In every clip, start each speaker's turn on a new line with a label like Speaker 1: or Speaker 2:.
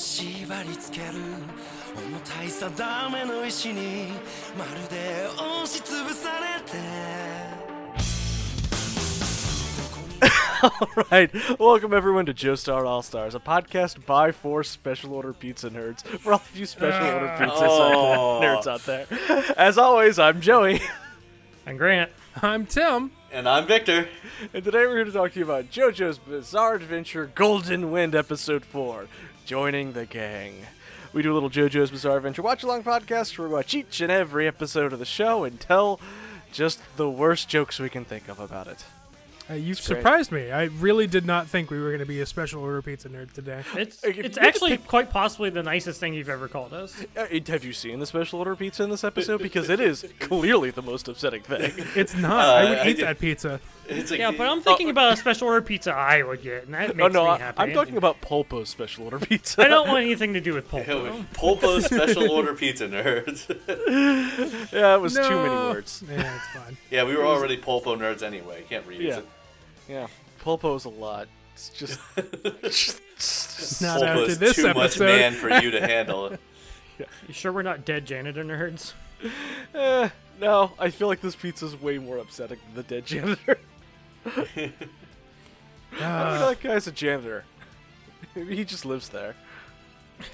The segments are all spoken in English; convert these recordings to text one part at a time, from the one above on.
Speaker 1: りつける重たい定めの石にまるで押しつぶされて
Speaker 2: All right, welcome everyone to Joe Star All Stars, a podcast by four special order pizza nerds for all of you special order pizza nerds out there. As always, I'm Joey,
Speaker 3: And Grant. I'm Tim.
Speaker 4: And I'm Victor.
Speaker 2: and today we're here to talk to you about JoJo's Bizarre Adventure Golden Wind Episode 4 Joining the Gang. We do a little JoJo's Bizarre Adventure watch along podcast where we watch each and every episode of the show and tell just the worst jokes we can think of about it.
Speaker 5: Uh, you've
Speaker 2: great.
Speaker 5: surprised me. I really did not think we were going to be a special order pizza nerd today.
Speaker 3: It's
Speaker 2: Hey, if
Speaker 3: it's
Speaker 2: you had to
Speaker 3: actually quite possibly the nicest thing you've ever called us.
Speaker 2: Uh, it- Have you seen the special order pizza in this episode? Because it is clearly the most upsetting thing.
Speaker 5: It's not.
Speaker 4: Uh,
Speaker 5: I would
Speaker 4: I
Speaker 5: eat
Speaker 4: did-
Speaker 5: that pizza.
Speaker 4: It's like
Speaker 3: Yeah, but I'm
Speaker 4: uh,
Speaker 3: thinking about a special order pizza I would get, and
Speaker 4: Oh,
Speaker 3: that makes
Speaker 2: Oh, No, no,
Speaker 3: me
Speaker 2: I,
Speaker 3: happy.
Speaker 2: I'm talking about Polpo's special order pizza.
Speaker 3: I don't want anything to do with pulp.
Speaker 4: Oh, wait. Polpo special order pizza nerds.
Speaker 2: yeah, it was too
Speaker 5: No.
Speaker 2: many words.
Speaker 5: Yeah, it's fine.
Speaker 4: yeah, we were already Polpo nerds anyway. Can't read
Speaker 2: Yeah,
Speaker 4: it.
Speaker 2: yeah. Polpo's a lot. It's just
Speaker 5: Not after
Speaker 4: Polpo's
Speaker 5: this
Speaker 4: too much
Speaker 5: episode.
Speaker 4: man for you to handle.
Speaker 3: You sure we're not dead janitor nerds?
Speaker 2: eh, no. I feel like this pizza's way more upsetting than the dead janitor. I
Speaker 5: Uh,
Speaker 2: mean, that guy's a janitor. he just lives there.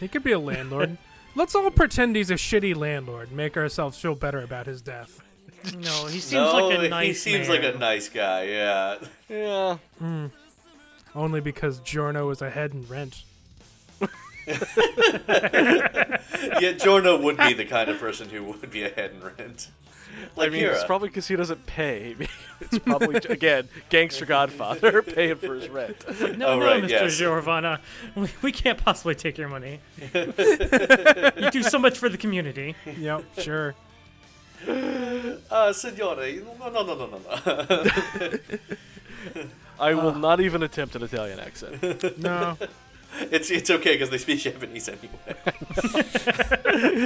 Speaker 5: he could be a landlord. Let's all pretend he's a shitty landlord and make ourselves feel better about his death.
Speaker 3: No, he seems
Speaker 4: no,
Speaker 3: like a nice.
Speaker 4: he seems
Speaker 3: man.
Speaker 4: like a nice guy. Yeah.
Speaker 2: Yeah.
Speaker 5: Only because Giorno is ahead in rent.
Speaker 4: Yeah, Jorno would be the kind of person who would be a head and rent. Like
Speaker 2: I mean,
Speaker 4: Kira.
Speaker 2: it's probably because he doesn't pay. it's probably again gangster Godfather paying for his rent.
Speaker 3: No,
Speaker 4: Oh,
Speaker 3: no,
Speaker 4: right,
Speaker 3: Mr.
Speaker 4: yes.
Speaker 3: Giovanna, we, we can't possibly take your money. you do so much for the community.
Speaker 5: Yep, sure.
Speaker 4: Uh, Signore, no, no, no, no, no, no.
Speaker 2: I will not even attempt an Italian accent.
Speaker 5: No.
Speaker 4: it's it's okay because they speak Japanese anyway.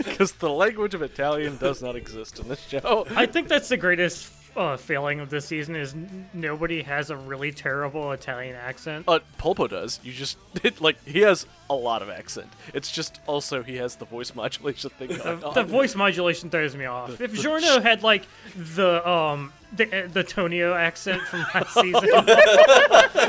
Speaker 2: because the language of Italian does not exist in this show.
Speaker 3: I think that's the greatest uh, failing of this season is n- nobody has a really terrible Italian accent.
Speaker 2: Uh, Polpo does. You just it, like he has a lot of accent. It's just also he has the voice modulation thing going
Speaker 3: The,
Speaker 2: on.
Speaker 3: the voice modulation throws me off. If Giorno had like the um the the Tonio accent from last season,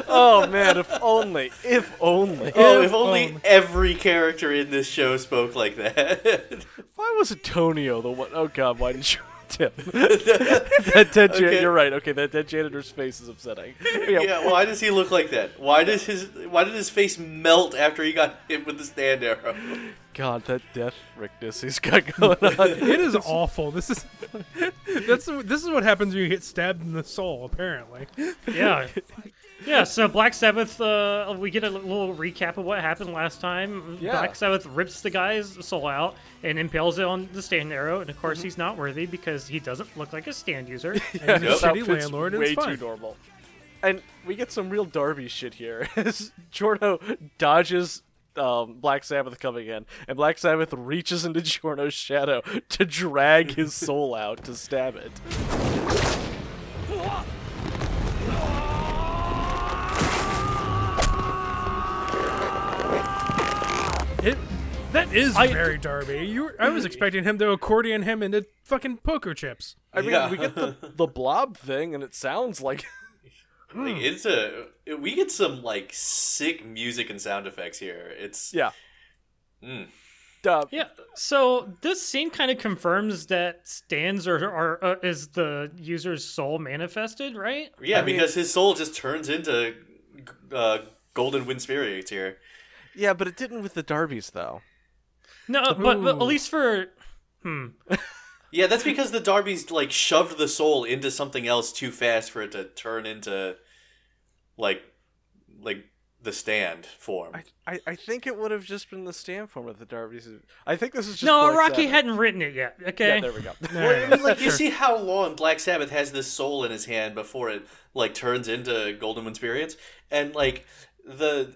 Speaker 2: oh man, if only, if only.
Speaker 4: Oh, if only
Speaker 3: um,
Speaker 4: every character in this show spoke like that.
Speaker 2: Why was Antonio the one? Oh god, why did you? Tim? that dead jan-
Speaker 4: Okay.
Speaker 2: You're right. Okay, that dead janitor's face is upsetting. Yeah,
Speaker 4: Yeah, why does he look like that? Why does his why did his face melt after he got hit with the stand arrow?
Speaker 2: God, that death rickness he's got going on.
Speaker 5: It is awful. This is that's this is what happens when you get stabbed in the soul. Apparently,
Speaker 3: yeah, yeah. So Black Sabbath, uh, we get a little recap of what happened last time.
Speaker 2: Yeah.
Speaker 3: Black Sabbath rips the guy's soul out and impales it on the stand arrow, and of course he's not worthy because he doesn't look like a stand user.
Speaker 5: And he's a
Speaker 4: Yep.
Speaker 5: shitty
Speaker 2: outfit's
Speaker 5: landlord. and
Speaker 2: way
Speaker 5: It's fine.
Speaker 2: too normal. And we get some real Darby shit here. As Jorno dodges um, Black Sabbath coming in, and Black Sabbath reaches into Jorno's shadow to drag his soul out to stab it.
Speaker 5: It that is
Speaker 3: I-
Speaker 5: very Darby. You, were- I was expecting him to accordion him into fucking poker chips.
Speaker 2: I mean,
Speaker 4: Yeah.
Speaker 2: we get the, the blob thing, and it sounds like
Speaker 4: Like,
Speaker 2: Hmm.
Speaker 4: it's a we get some like sick music and sound effects here. It's
Speaker 2: yeah.
Speaker 5: Hmm.
Speaker 4: Mm.
Speaker 2: Uh,
Speaker 3: Yeah. So this scene kind of confirms that stands are, are uh, is the user's soul manifested, right?
Speaker 4: yeah, because his soul just turns into uh, golden wind spirits here.
Speaker 2: yeah, but it didn't with the Darbies though.
Speaker 3: No, uh, but, but at
Speaker 5: Ooh.
Speaker 3: least for
Speaker 4: Yeah, that's because the Darby's like shoved the soul into something else too fast for it to turn into like like the stand form.
Speaker 2: I, I, I think it would have just been the stand form of the Darbies. I think this is just
Speaker 3: no,
Speaker 2: Black
Speaker 3: Rocky
Speaker 2: Sabbath.
Speaker 3: hadn't written it yet. Okay.
Speaker 2: Yeah, there we go.
Speaker 4: Well, I mean, like you see how long Black Sabbath has this soul in his hand before it like turns into Golden Wind Spirits, and like the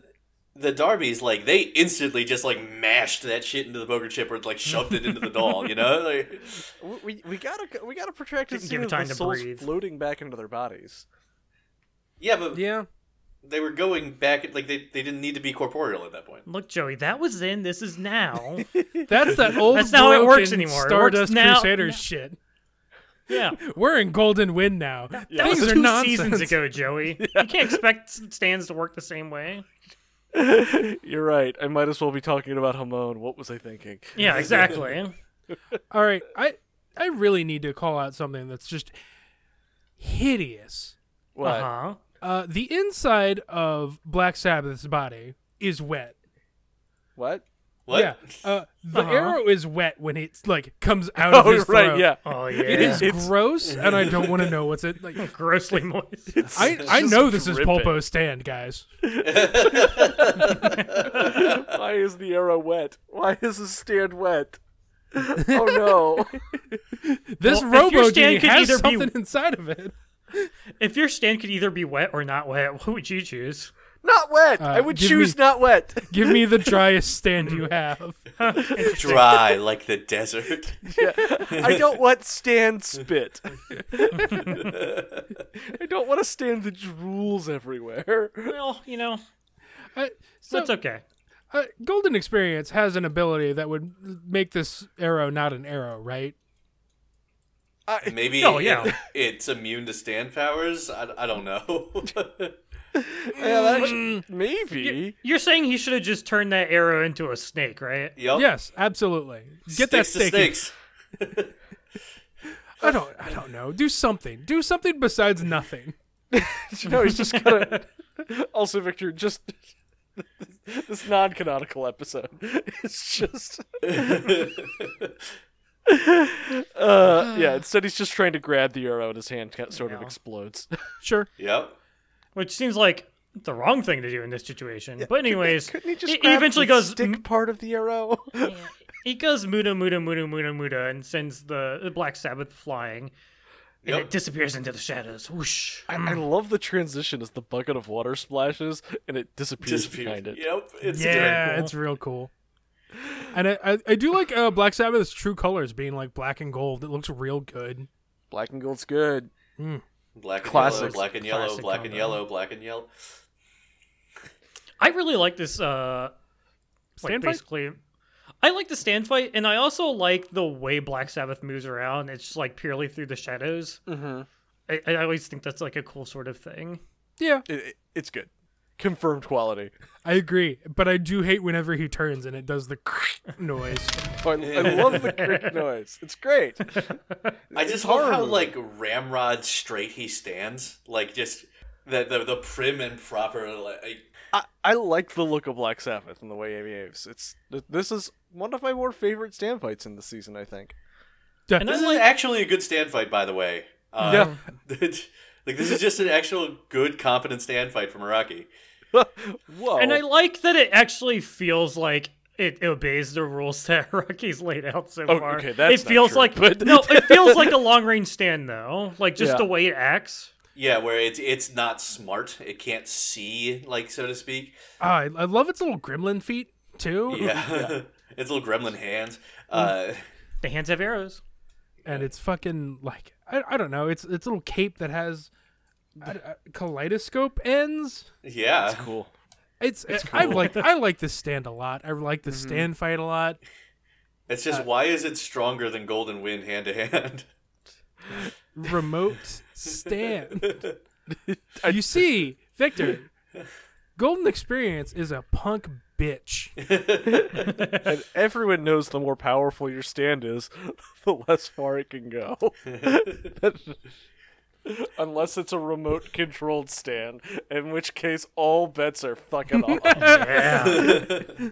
Speaker 4: the Darbies like they instantly just like mashed that shit into the poker chip or like shoved it into the doll, you know? Like,
Speaker 2: We- we, we gotta go- we gotta protect
Speaker 3: Didn't
Speaker 2: as
Speaker 3: give
Speaker 2: soon
Speaker 3: it
Speaker 2: as
Speaker 3: time
Speaker 2: the
Speaker 3: to
Speaker 2: souls
Speaker 3: breathe.
Speaker 2: floating back into their bodies.
Speaker 4: yeah, but
Speaker 5: Yeah,
Speaker 4: they were going back like they, they didn't need to be corporeal at that point.
Speaker 3: Look, Joey, that was then. This is now.
Speaker 5: That's that old.
Speaker 3: That's not how it works
Speaker 5: broken
Speaker 3: anymore. It works
Speaker 5: Stardust
Speaker 3: now-
Speaker 5: Crusaders shit.
Speaker 3: yeah.
Speaker 5: We're in Golden Wind now.
Speaker 3: That was
Speaker 5: Things are
Speaker 3: two seasons
Speaker 5: nonsense.
Speaker 3: ago, Joey. You can't expect stands to work the same way.
Speaker 2: You're right. I might as well be talking about Hamon. What was I thinking?
Speaker 3: Yeah, exactly.
Speaker 5: All right, I I really need to call out something that's just hideous.
Speaker 2: What?
Speaker 3: uh huh.
Speaker 5: Uh, the inside of Black Sabbath's body is wet.
Speaker 2: What?
Speaker 4: What?
Speaker 5: Yeah, uh, the
Speaker 3: Uh-huh.
Speaker 5: arrow is wet when it like comes out of
Speaker 2: Oh,
Speaker 5: his
Speaker 2: right.
Speaker 5: throat.
Speaker 2: Yeah.
Speaker 3: Oh
Speaker 5: it
Speaker 3: yeah.
Speaker 5: is gross, and I don't want to know what's it like.
Speaker 3: Grossly moist.
Speaker 5: I,
Speaker 2: It's
Speaker 5: I
Speaker 2: just
Speaker 5: know this is
Speaker 2: dripping.
Speaker 5: Pulpo's stand, guys.
Speaker 2: Why is the arrow wet? Why is the stand wet? Oh no.
Speaker 5: This
Speaker 3: Well, if your
Speaker 5: robo
Speaker 3: stand
Speaker 5: dude
Speaker 3: could
Speaker 5: has
Speaker 3: either be-
Speaker 5: something inside of it.
Speaker 3: If your stand could either be wet or not wet, what would you choose?
Speaker 2: not
Speaker 3: Uh,
Speaker 2: wet. I would
Speaker 5: give
Speaker 2: choose
Speaker 5: me-
Speaker 2: not wet.
Speaker 5: Give me the driest stand you have.
Speaker 4: Dry like the desert.
Speaker 2: I don't want stand spit. I don't want a stand that drools everywhere.
Speaker 3: Well, you know,
Speaker 5: I, so,
Speaker 3: that's okay.
Speaker 5: uh, Golden Experience has an ability that would make this arrow not an arrow, right?
Speaker 2: I,
Speaker 4: Maybe
Speaker 3: Oh, yeah.
Speaker 4: it- it's immune to stand powers. I, I don't know.
Speaker 2: yeah, that
Speaker 3: Mm.
Speaker 2: actu- maybe.
Speaker 3: You're saying he should have just turned that arrow into a snake, right?
Speaker 4: Yup.
Speaker 5: Yes, absolutely. Get that
Speaker 4: Sticks to
Speaker 5: stake. in-
Speaker 4: snakes.
Speaker 5: I don't. I don't know. Do something. Do something besides nothing.
Speaker 2: No, he's just gonna. also, Victor, just this non-canonical episode. It's just. uh, yeah. Instead, he's just trying to grab the arrow, and his hand ca- sort of
Speaker 3: Yeah.
Speaker 2: explodes.
Speaker 5: Sure.
Speaker 4: Yep.
Speaker 3: Which seems like the wrong thing to do in this situation. but anyways,
Speaker 2: Couldn't he just?
Speaker 3: he, he
Speaker 2: grab
Speaker 3: eventually
Speaker 2: the
Speaker 3: goes. "Mm."
Speaker 2: stick
Speaker 3: m-
Speaker 2: part of the arrow.
Speaker 3: He goes muda muda muda muda muda and sends the, the Black Sabbath flying, and
Speaker 4: Yep.
Speaker 3: it disappears into the shadows. Whoosh.
Speaker 2: I, I love the transition as the bucket of water splashes and it disappears
Speaker 4: Disappeared.
Speaker 2: behind it.
Speaker 4: Yep. It's
Speaker 3: Yeah.
Speaker 4: yeah.
Speaker 3: cool.
Speaker 5: Uh, it's real cool. And I, I, I do like uh, Black Sabbath's true colors being like black and gold. It looks real good.
Speaker 2: Black and gold's good.
Speaker 4: Black and
Speaker 2: Classic.
Speaker 4: yellow, black and yellow,
Speaker 5: Classic
Speaker 4: black and
Speaker 5: combo.
Speaker 4: yellow, black and yellow.
Speaker 3: I really like this. Uh, like
Speaker 5: Stand fight?
Speaker 3: basically, I like the stand fight, and I also like the way Black Sabbath moves around. It's just like purely through the shadows.
Speaker 2: Mhm.
Speaker 3: I, I always think that's like a cool sort of thing.
Speaker 5: Yeah,
Speaker 2: It, it- it's good. Confirmed quality.
Speaker 5: I agree. But I do hate whenever he turns and it does the noise.
Speaker 2: Oh, I, I love the crick noise. It's great.
Speaker 4: I just love how like ramrod straight he stands. Like just the the, the prim and proper. Like
Speaker 2: I, I like the look of Black Sabbath and the way he moves. It's th- this is one of my more favorite stand fights in the season. I think.
Speaker 3: And
Speaker 4: this
Speaker 3: I
Speaker 4: is
Speaker 3: like
Speaker 4: actually a good stand fight, by the way. Uh, yeah. like this is just an actual good, competent stand fight from Iraqi.
Speaker 2: Whoa.
Speaker 3: And I like that it actually feels like it obeys the rules that Rocky's laid out so
Speaker 2: Oh,
Speaker 3: far.
Speaker 2: okay, that's
Speaker 3: it
Speaker 2: not
Speaker 3: feels
Speaker 2: true,
Speaker 3: like
Speaker 2: but-
Speaker 3: no, it feels like a long range stand though, like just
Speaker 2: Yeah.
Speaker 3: the way it acts.
Speaker 4: Yeah, where it's it's not smart. It can't see, like so to speak.
Speaker 5: Ah, I, I love its little gremlin feet too,
Speaker 4: Yeah, its little gremlin hands. Uh,
Speaker 3: The hands have arrows.
Speaker 5: and it's fucking like I, I don't know. It's it's little cape that has I, I- kaleidoscope ends.
Speaker 4: yeah,
Speaker 2: cool.
Speaker 5: It's, I like I like this stand a lot. I like this stand fight a lot.
Speaker 4: it's just why is it stronger than Golden Wind hand to hand?
Speaker 5: remote stand. you see, Victor, Golden Experience is a punk bitch.
Speaker 2: And everyone knows the more powerful your stand is, the less far it can go. Unless it's a remote controlled stand, in which case all bets are fucking off.
Speaker 3: Yeah.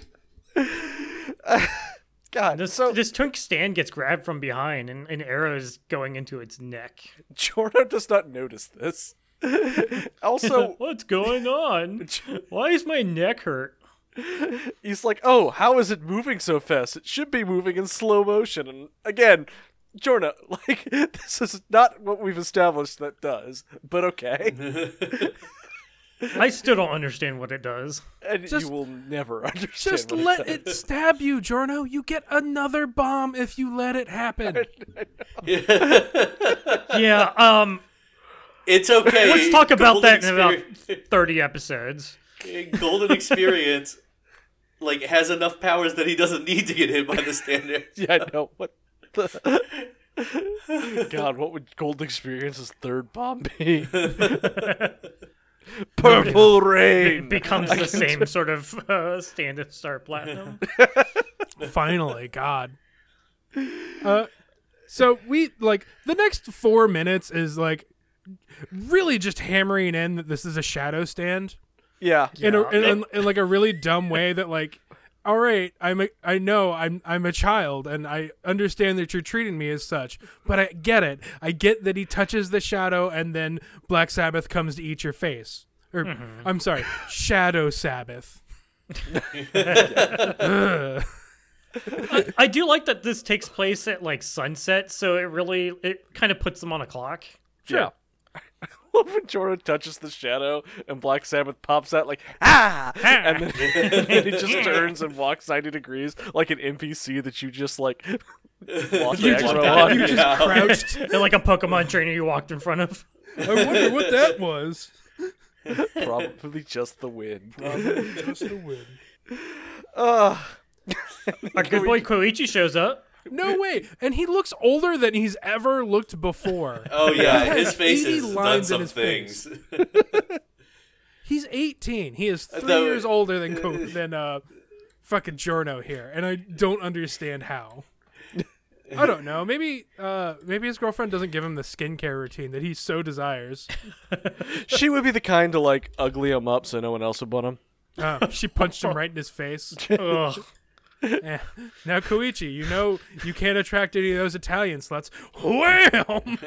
Speaker 2: God,
Speaker 3: this
Speaker 2: so
Speaker 3: this twink stand gets grabbed from behind and an arrow is going into its neck.
Speaker 2: Jorno does not notice this. also,
Speaker 3: What's going on? Why is my neck hurt?
Speaker 2: he's like, "Oh, how is it moving so fast? It should be moving in slow motion." And again, Jorna, like this is not what we've established that does, but okay,
Speaker 3: I still don't understand what it does.
Speaker 2: and
Speaker 5: Just-
Speaker 2: you will never understand.
Speaker 5: Just
Speaker 2: what it
Speaker 5: let
Speaker 2: does.
Speaker 5: it stab you, Jorno. You get another bomb if you let it happen.
Speaker 3: Yeah, um
Speaker 4: It's okay.
Speaker 3: Let's talk about
Speaker 4: Golden
Speaker 3: that in um, about
Speaker 4: Experi-
Speaker 3: 30 episodes.
Speaker 4: Golden Experience like has enough powers that he doesn't need to get hit by the standard.
Speaker 2: Yeah, I know. What the... God, what would Gold Experience's third bomb be? Purple Rain!
Speaker 3: It becomes the same sort of uh, standard star platinum.
Speaker 5: Finally, God. Uh, so we like the next four minutes is like really just hammering in that this is a shadow stand
Speaker 2: yeah.
Speaker 5: in, a, in, in, in like a really dumb way that like all right i'm a, i know i'm i'm a child and i understand that you're treating me as such but i get it i get that he touches the shadow and then black sabbath comes to eat your face or i'm sorry shadow sabbath Ugh.
Speaker 3: I do like that this takes place at like sunset, so it really it kind of puts them on a clock.
Speaker 2: Yeah. I love when Jordan touches the shadow and Black Sabbath pops out like ah, and then and he just turns and walks ninety degrees like an NPC that you just like lost you
Speaker 4: just-
Speaker 2: on.
Speaker 4: you just- Yeah.
Speaker 5: crouched
Speaker 3: They're like a Pokemon trainer you walked in front of.
Speaker 5: i wonder what that was
Speaker 2: Probably just the wind.
Speaker 3: Our good boy Koichi shows up.
Speaker 5: no way and he looks older than he's ever looked before
Speaker 4: Oh yeah,
Speaker 5: He
Speaker 4: his
Speaker 5: has
Speaker 4: face
Speaker 5: 80
Speaker 4: has done
Speaker 5: lines in
Speaker 4: some
Speaker 5: his
Speaker 4: things.
Speaker 5: He's 18. He is three
Speaker 4: Though-
Speaker 5: years older than Co- than uh, fucking Jorno here, and I don't understand how. I don't know. Maybe uh, maybe his girlfriend doesn't give him the skincare routine that he so desires.
Speaker 2: she would be the kind to like ugly him up so no one else would want him.
Speaker 5: Uh, she punched him right in his face.
Speaker 3: Ugh.
Speaker 5: Eh. Now Koichi, you know you can't attract any of those Italian sluts. Wham!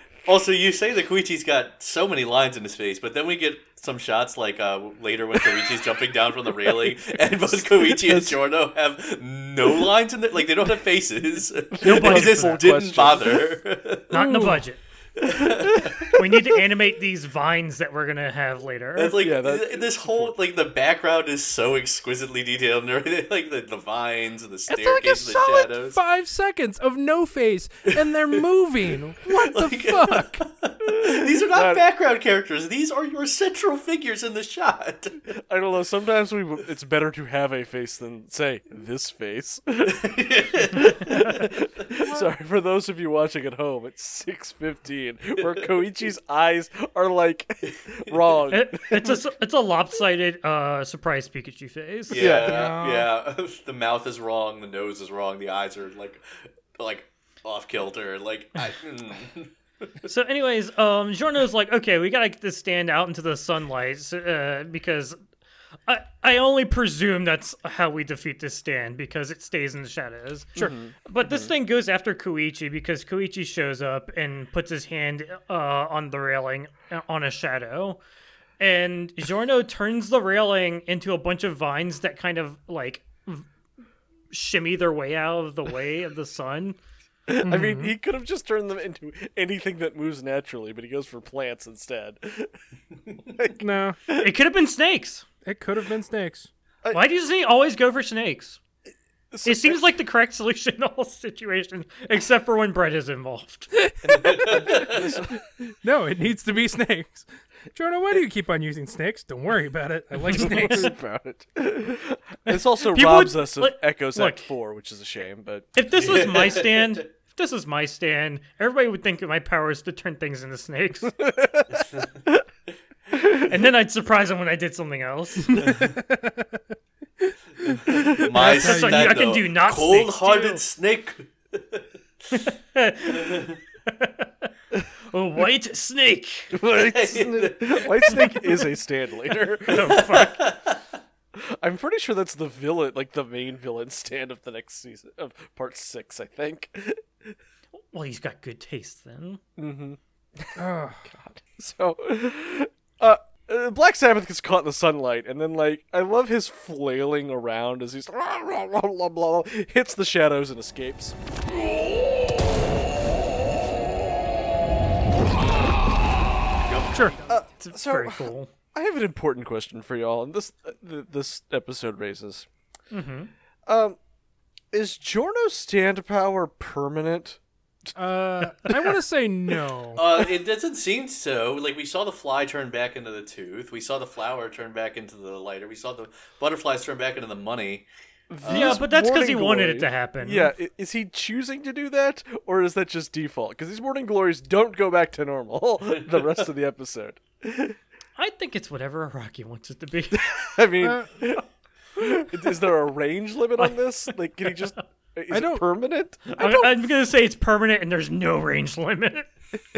Speaker 4: Also, you say that Koichi's got so many lines in his face, but then we get some shots like uh, later when Koichi's jumping down from the railing, and both Koichi and Giorno have no lines in their like they don't have faces. Nobody
Speaker 3: budget
Speaker 4: just
Speaker 3: for
Speaker 2: question.
Speaker 3: that
Speaker 4: didn't bother.
Speaker 3: Not in the budget. we need to animate these vines that we're gonna have later.
Speaker 4: It's like
Speaker 2: Yeah, that-
Speaker 4: this whole like the background is so exquisitely detailed, and everything like the, the vines and the
Speaker 5: It's like a
Speaker 4: staircase and the
Speaker 5: solid
Speaker 4: shadows.
Speaker 5: five seconds of no face, and they're moving. What the
Speaker 4: Like-
Speaker 5: fuck?
Speaker 4: These are not
Speaker 2: That-
Speaker 4: background characters. These are your central figures in the shot.
Speaker 2: I don't know. Sometimes we it's better to have a face than say this face. Sorry for those of you watching at home. It's six fifteen, where Koichi's eyes are like wrong.
Speaker 3: It, it's a it's a lopsided uh, surprise Pikachu phase.
Speaker 4: Yeah, yeah. the mouth is wrong. The nose is wrong. The eyes are like, like off kilter. Like, I, mm.
Speaker 3: So, anyways, um, Giorno's like, okay, we gotta get this stand out into the sunlight so, uh, because I I only presume that's how we defeat this stand because it stays in the shadows. Sure, but this thing goes after Koichi because Koichi shows up and puts his hand uh, on the railing uh, on a shadow. And Giorno turns the railing into a bunch of vines that kind of like v- shimmy their way out of the way of the sun.
Speaker 2: I
Speaker 3: mm-hmm.
Speaker 2: mean, he could have just turned them into anything that moves naturally, but he goes for plants instead.
Speaker 5: no,
Speaker 3: It could have been snakes.
Speaker 5: it could have been snakes.
Speaker 3: Why does he always go for snakes? It seems like the correct solution in all situations, except for when bread is involved.
Speaker 5: No, it needs to be snakes. Jordan, why do you keep on using snakes? Don't worry about it. I like snakes.
Speaker 2: about it. This also
Speaker 3: People
Speaker 2: robs
Speaker 3: would-
Speaker 2: us of
Speaker 3: look-
Speaker 2: Echoes
Speaker 3: look.
Speaker 2: Act Four, which is a shame. But
Speaker 3: If this was my stand, if this is my stand, everybody would think that my power is to turn things into snakes. and then I'd surprise them when I did something else.
Speaker 4: my
Speaker 3: That's what
Speaker 4: stand,
Speaker 3: you- I can
Speaker 4: though.
Speaker 3: do not snakes, too.
Speaker 4: cold-hearted snake.
Speaker 3: A white snake.
Speaker 2: White Snake, White Snake is a stand later.
Speaker 3: Oh, fuck.
Speaker 2: I'm pretty sure that's the villain, like the main villain stand of the next season of part six. I think.
Speaker 3: Well, he's got good taste then.
Speaker 5: Ugh.
Speaker 2: So, uh, uh, Black Sabbath gets caught in the sunlight, and then like I love his flailing around as he's blah, blah, blah, blah, blah, hits the shadows and escapes.
Speaker 5: sure.
Speaker 3: It's
Speaker 2: So-
Speaker 3: very cool.
Speaker 2: I have an important question for y'all, and this uh, th- this episode raises.
Speaker 3: Mhm.
Speaker 2: Um, is Jorno's stand power permanent,
Speaker 5: Uh, I want to say no.
Speaker 4: Uh, it doesn't seem so. Like we saw the fly turn back into the tooth. We saw the flower turn back into the lighter. We saw the butterflies turn back into the money.
Speaker 2: uh,
Speaker 3: yeah, but that's because he
Speaker 2: Morning
Speaker 3: wanted
Speaker 2: Glory-
Speaker 3: it to happen.
Speaker 2: Yeah, i- is he choosing to do that, or is that just default? Because these morning glories don't go back to normal the rest of the episode.
Speaker 3: I think it's whatever Rocky wants it to be.
Speaker 2: I mean, is there a range limit on this? Like, can he just? Is
Speaker 5: I
Speaker 2: it
Speaker 5: don't-
Speaker 2: permanent?
Speaker 3: I am gonna say it's permanent and there's no range limit.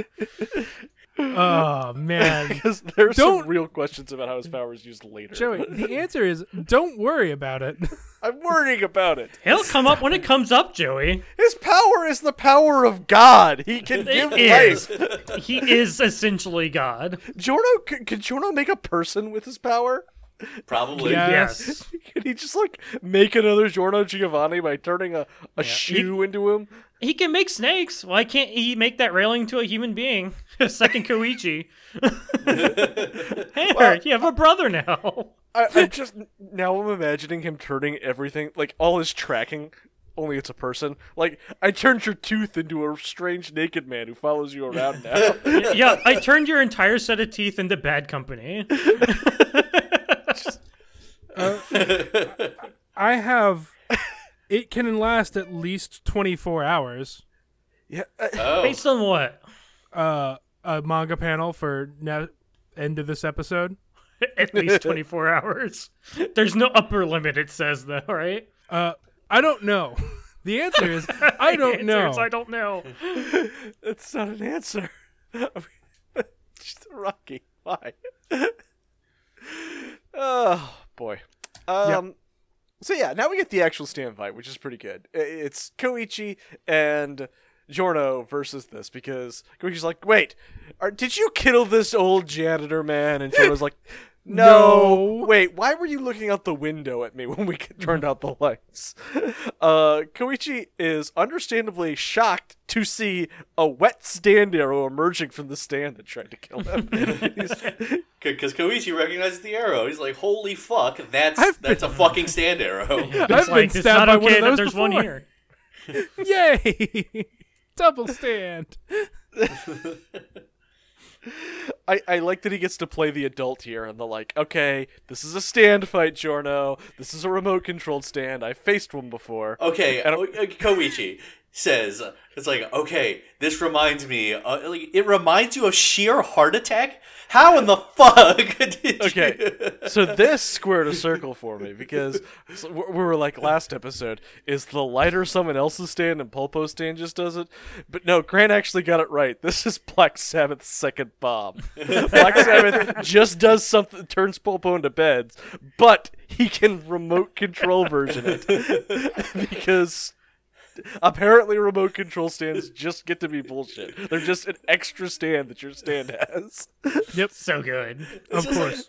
Speaker 5: Oh man,
Speaker 2: Because there's some
Speaker 5: Don't-
Speaker 2: real questions about how his power is used later.
Speaker 5: Joey. The answer is don't worry about it.
Speaker 2: I'm worrying about it.
Speaker 3: It'll come up when it comes up, Joey.
Speaker 2: His power is the power of God. He can give
Speaker 3: It
Speaker 2: life.
Speaker 3: is. He is essentially God.
Speaker 2: Jorno, c- can Jorno make a person with his power?
Speaker 4: Probably.
Speaker 5: Yeah.
Speaker 3: Yes.
Speaker 2: Can he just like make another Giorno Giovanni by turning a, a shoe into him?
Speaker 3: He can make snakes. Why can't he make that railing to a human being? Second Koichi. hey, Eric, you have a brother now.
Speaker 2: I, I'm just now I'm imagining him turning everything like all his tracking. Only it's a person. Like I turned your tooth into a strange naked man who follows you around now.
Speaker 3: yeah, I turned your entire set of teeth into bad company.
Speaker 4: Oh,
Speaker 5: I have. It can last at least 24 hours.
Speaker 2: yeah, I,
Speaker 4: Oh,
Speaker 3: Based on what?
Speaker 5: Uh, a manga panel for now. End of this episode.
Speaker 3: At least 24 hours. There's no upper limit, it says, though, right?
Speaker 5: Uh, I don't know. The answer is I
Speaker 3: The
Speaker 5: don't
Speaker 3: answer
Speaker 5: know.
Speaker 3: is I don't know.
Speaker 2: that's not an answer. I mean, just Rocky, why? oh boy. Um. So yeah, now we get the actual stand fight, which is pretty good. I- It's Koichi and Jorno versus this because Koichi's like, "Wait, are, did you kill this old janitor man?" And Jorno's like, no.
Speaker 5: No.
Speaker 2: Wait, why were you looking out the window at me when we turned out the lights?" Uh, Koichi is understandably shocked to see a wet stand arrow emerging from the stand that tried to kill him. He's-
Speaker 4: because Koichi recognizes the arrow. He's like, "Holy fuck! That's
Speaker 5: I've
Speaker 4: that's a fucking stand arrow."
Speaker 5: I've
Speaker 3: It's like,
Speaker 5: been
Speaker 3: it's not
Speaker 5: stabbed by
Speaker 3: okay
Speaker 5: one of
Speaker 3: that
Speaker 5: those
Speaker 3: there's
Speaker 5: before.
Speaker 3: one here.
Speaker 5: Yay! Double stand.
Speaker 2: I, I like that he gets to play the adult here and the like, okay, this is a stand fight, Jorno. This is a remote controlled stand. I faced one before.
Speaker 4: Okay,
Speaker 2: And
Speaker 4: o- uh, Koichi says it's like, "Okay, this reminds me. Uh, like, it reminds you of sheer heart attack. How in the fuck?" Did
Speaker 2: Okay,
Speaker 4: You...
Speaker 2: so this squared a circle for me because so we we were like last episode is the lighter someone else's stand and Pulpo stand just does it, but no, Grant actually got it right. This is Black Sabbath's second bomb. Black Sabbath just does something, turns Pulpo into beds, but he can remote control version it because. Apparently, remote control stands just get to be bullshit. They're just an extra stand that your stand has.
Speaker 3: So good.
Speaker 5: Of course.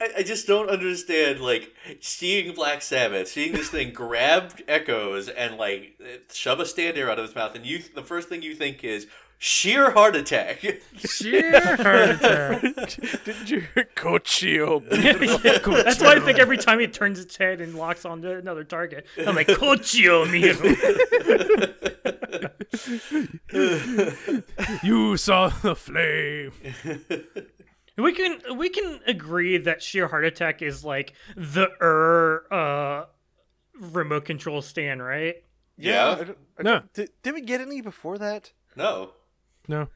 Speaker 4: I, I just don't understand, like, seeing Black Sabbath, seeing this thing grab echoes and, like, shove a stand arrow out of his mouth, and you, the first thing you think is sheer heart attack.
Speaker 5: Sheer heart attack.
Speaker 2: Didn't you hear Cochio?
Speaker 3: That's why I think every time it turns its head and locks onto another target, I'm like, Cochio mio.
Speaker 5: You saw the flame.
Speaker 3: We can we can agree that sheer heart attack is like the er uh remote control stand, right?
Speaker 4: Yeah.
Speaker 2: I don't- I-
Speaker 5: No.
Speaker 2: Did, did we get any before that?
Speaker 4: No.
Speaker 5: No.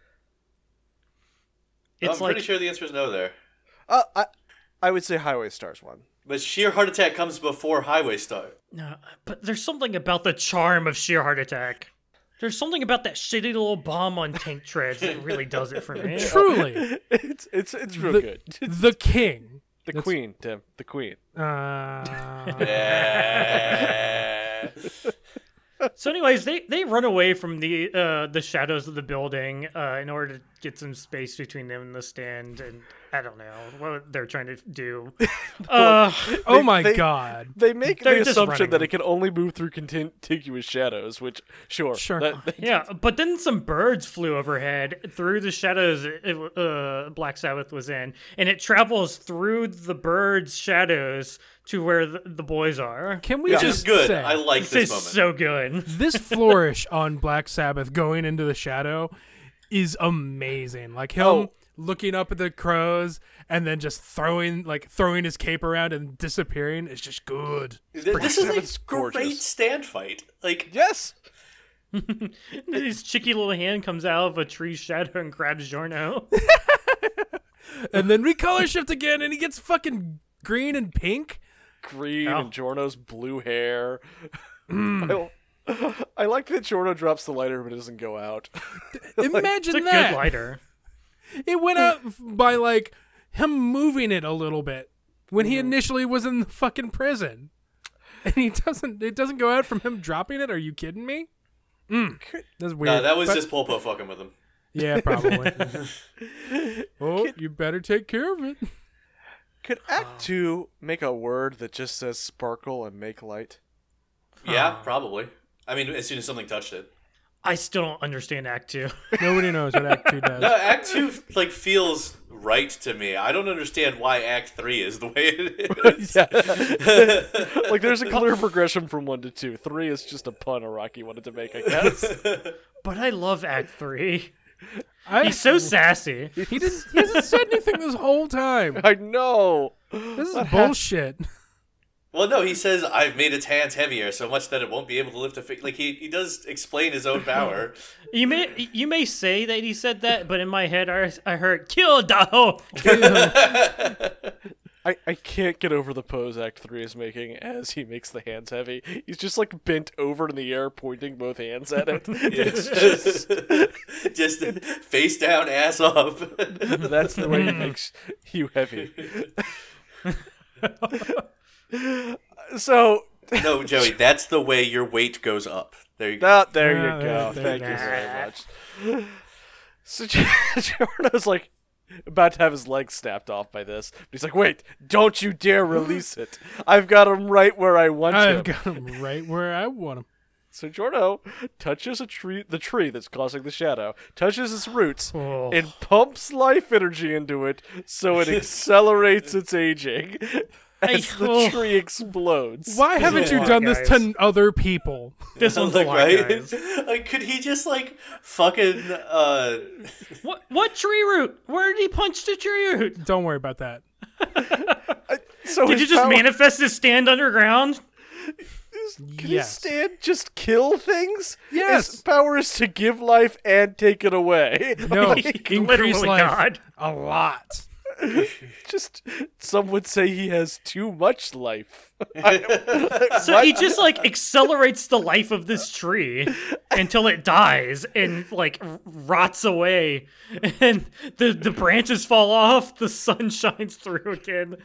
Speaker 3: It's
Speaker 4: I'm
Speaker 3: like
Speaker 4: pretty sure the answer is no there.
Speaker 2: Uh, I, I would say Highway Stars one.
Speaker 4: But sheer heart attack comes before Highway Star.
Speaker 3: no, but there's something about the charm of sheer heart attack. There's something about that shitty little bomb on tank treads that really does it for me.
Speaker 5: Truly,
Speaker 2: It's it's it's real
Speaker 5: The-
Speaker 2: good.
Speaker 5: the king.
Speaker 2: The Queen, Tim. The Queen.
Speaker 5: Uh,
Speaker 4: Yeah.
Speaker 3: So, anyways, they they run away from the uh the shadows of the building uh in order to get some space between them and the stand, and I don't know what they're trying to do.
Speaker 5: Oh
Speaker 2: They-
Speaker 5: my
Speaker 2: they-
Speaker 5: god.
Speaker 2: They make
Speaker 3: They're
Speaker 2: the
Speaker 3: just
Speaker 2: assumption
Speaker 3: running
Speaker 2: that
Speaker 3: them.
Speaker 2: it can only move through contiguous shadows, which sure,
Speaker 5: Sure.
Speaker 2: that-
Speaker 3: Yeah, but then some birds flew overhead through the shadows it- it, uh, Black Sabbath was in, and it travels through the birds' shadows to where the, the boys are.
Speaker 5: Can we
Speaker 4: Which is
Speaker 5: just
Speaker 4: good.
Speaker 5: say
Speaker 4: I like
Speaker 3: This
Speaker 4: this
Speaker 3: is
Speaker 4: moment.
Speaker 3: so good.
Speaker 5: this flourish on Black Sabbath going into the shadow is amazing. Like him
Speaker 2: Oh.
Speaker 5: looking up at the crows and then just throwing like throwing his cape around and disappearing is just good.
Speaker 4: Th- this is
Speaker 2: Seven's
Speaker 4: a great
Speaker 2: gorgeous.
Speaker 4: stand fight. Like
Speaker 2: yes,
Speaker 3: His cheeky little hand comes out of a tree shadow and grabs Jorno.
Speaker 5: And then we color shift again and he gets fucking green and pink.
Speaker 2: green
Speaker 3: Yeah. Hmm.
Speaker 2: and Jorno's blue hair. I, I like that Jorno drops the lighter but doesn't go out.
Speaker 5: Imagine
Speaker 3: It's a good
Speaker 5: that.
Speaker 3: lighter.
Speaker 5: It went up by like him moving it a little bit when he initially was in the fucking prison. And he doesn't it doesn't go out from him dropping it. Are you kidding me? Mm. That's weird.
Speaker 4: no, that was
Speaker 5: But-
Speaker 4: just Polpo fucking with him.
Speaker 5: Yeah, probably. oh, you better take care of it.
Speaker 2: Could Act Two make a word that just says sparkle and make light?
Speaker 4: Yeah, probably. I mean, as soon as something touched it.
Speaker 3: I still don't understand Act Two.
Speaker 5: Nobody knows what Act Two does.
Speaker 4: No, Act Two like feels right to me. I don't understand why Act Three is the way it is.
Speaker 2: Like there's a clear progression from one to two. Three is just a pun Araki wanted to make, I guess.
Speaker 3: But I love Act Three.
Speaker 5: I,
Speaker 3: He's so sassy.
Speaker 5: he didn't. He hasn't said anything this whole time.
Speaker 2: I know.
Speaker 5: This is bullshit.
Speaker 4: Well, no, he says I've made its hands heavier so much that it won't be able to lift a fi-. like he he does explain his own power.
Speaker 3: You may you may say that he said that, but in my head, I, I heard "kill Daho."
Speaker 2: I, I can't get over the pose Act 3 is making as he makes the hands heavy. He's just like bent over in the air, pointing both hands at it.
Speaker 4: It's just just face down, ass up.
Speaker 2: That's the
Speaker 5: Hmm.
Speaker 2: way he makes you heavy. so,
Speaker 4: no, Joey, that's the way your weight goes up. There you go.
Speaker 2: ah, there you
Speaker 5: Ah,
Speaker 2: go.
Speaker 5: there- there-
Speaker 2: Thank you very much. So, Giorno's like about to have his leg snapped off by this. But he's like, wait, don't you dare release it. I've got him right where I want him.
Speaker 5: I've got him right where I want him.
Speaker 2: So Jorno touches a tree, the tree that's causing the shadow, touches its roots,
Speaker 3: Oh.
Speaker 2: and pumps life energy into it, so it accelerates its aging as
Speaker 3: I-
Speaker 2: the
Speaker 3: oh.
Speaker 2: tree explodes.
Speaker 5: Why haven't you
Speaker 3: lot,
Speaker 5: done this
Speaker 3: guys.
Speaker 5: to other people?
Speaker 3: This one's a
Speaker 4: like,
Speaker 3: lot,
Speaker 4: right?
Speaker 3: guys.
Speaker 4: like, could he just like fucking uh
Speaker 3: What what tree root? Where did he punch the tree root?
Speaker 5: Don't worry about that.
Speaker 2: So
Speaker 3: Did
Speaker 2: his
Speaker 3: you just
Speaker 2: power-
Speaker 3: manifest his stand underground?
Speaker 2: Can his
Speaker 5: Yes.
Speaker 2: stand just kill things?
Speaker 5: Yes.
Speaker 2: His power is to give life and take it away.
Speaker 5: No,
Speaker 2: Like,
Speaker 5: Oh, increase
Speaker 3: Literally
Speaker 5: life
Speaker 3: God.
Speaker 5: a lot.
Speaker 2: just some would say he has too much life.
Speaker 3: So he just like accelerates the life of this tree until it dies and like r- rots away, and the the branches fall off. The sun shines through again,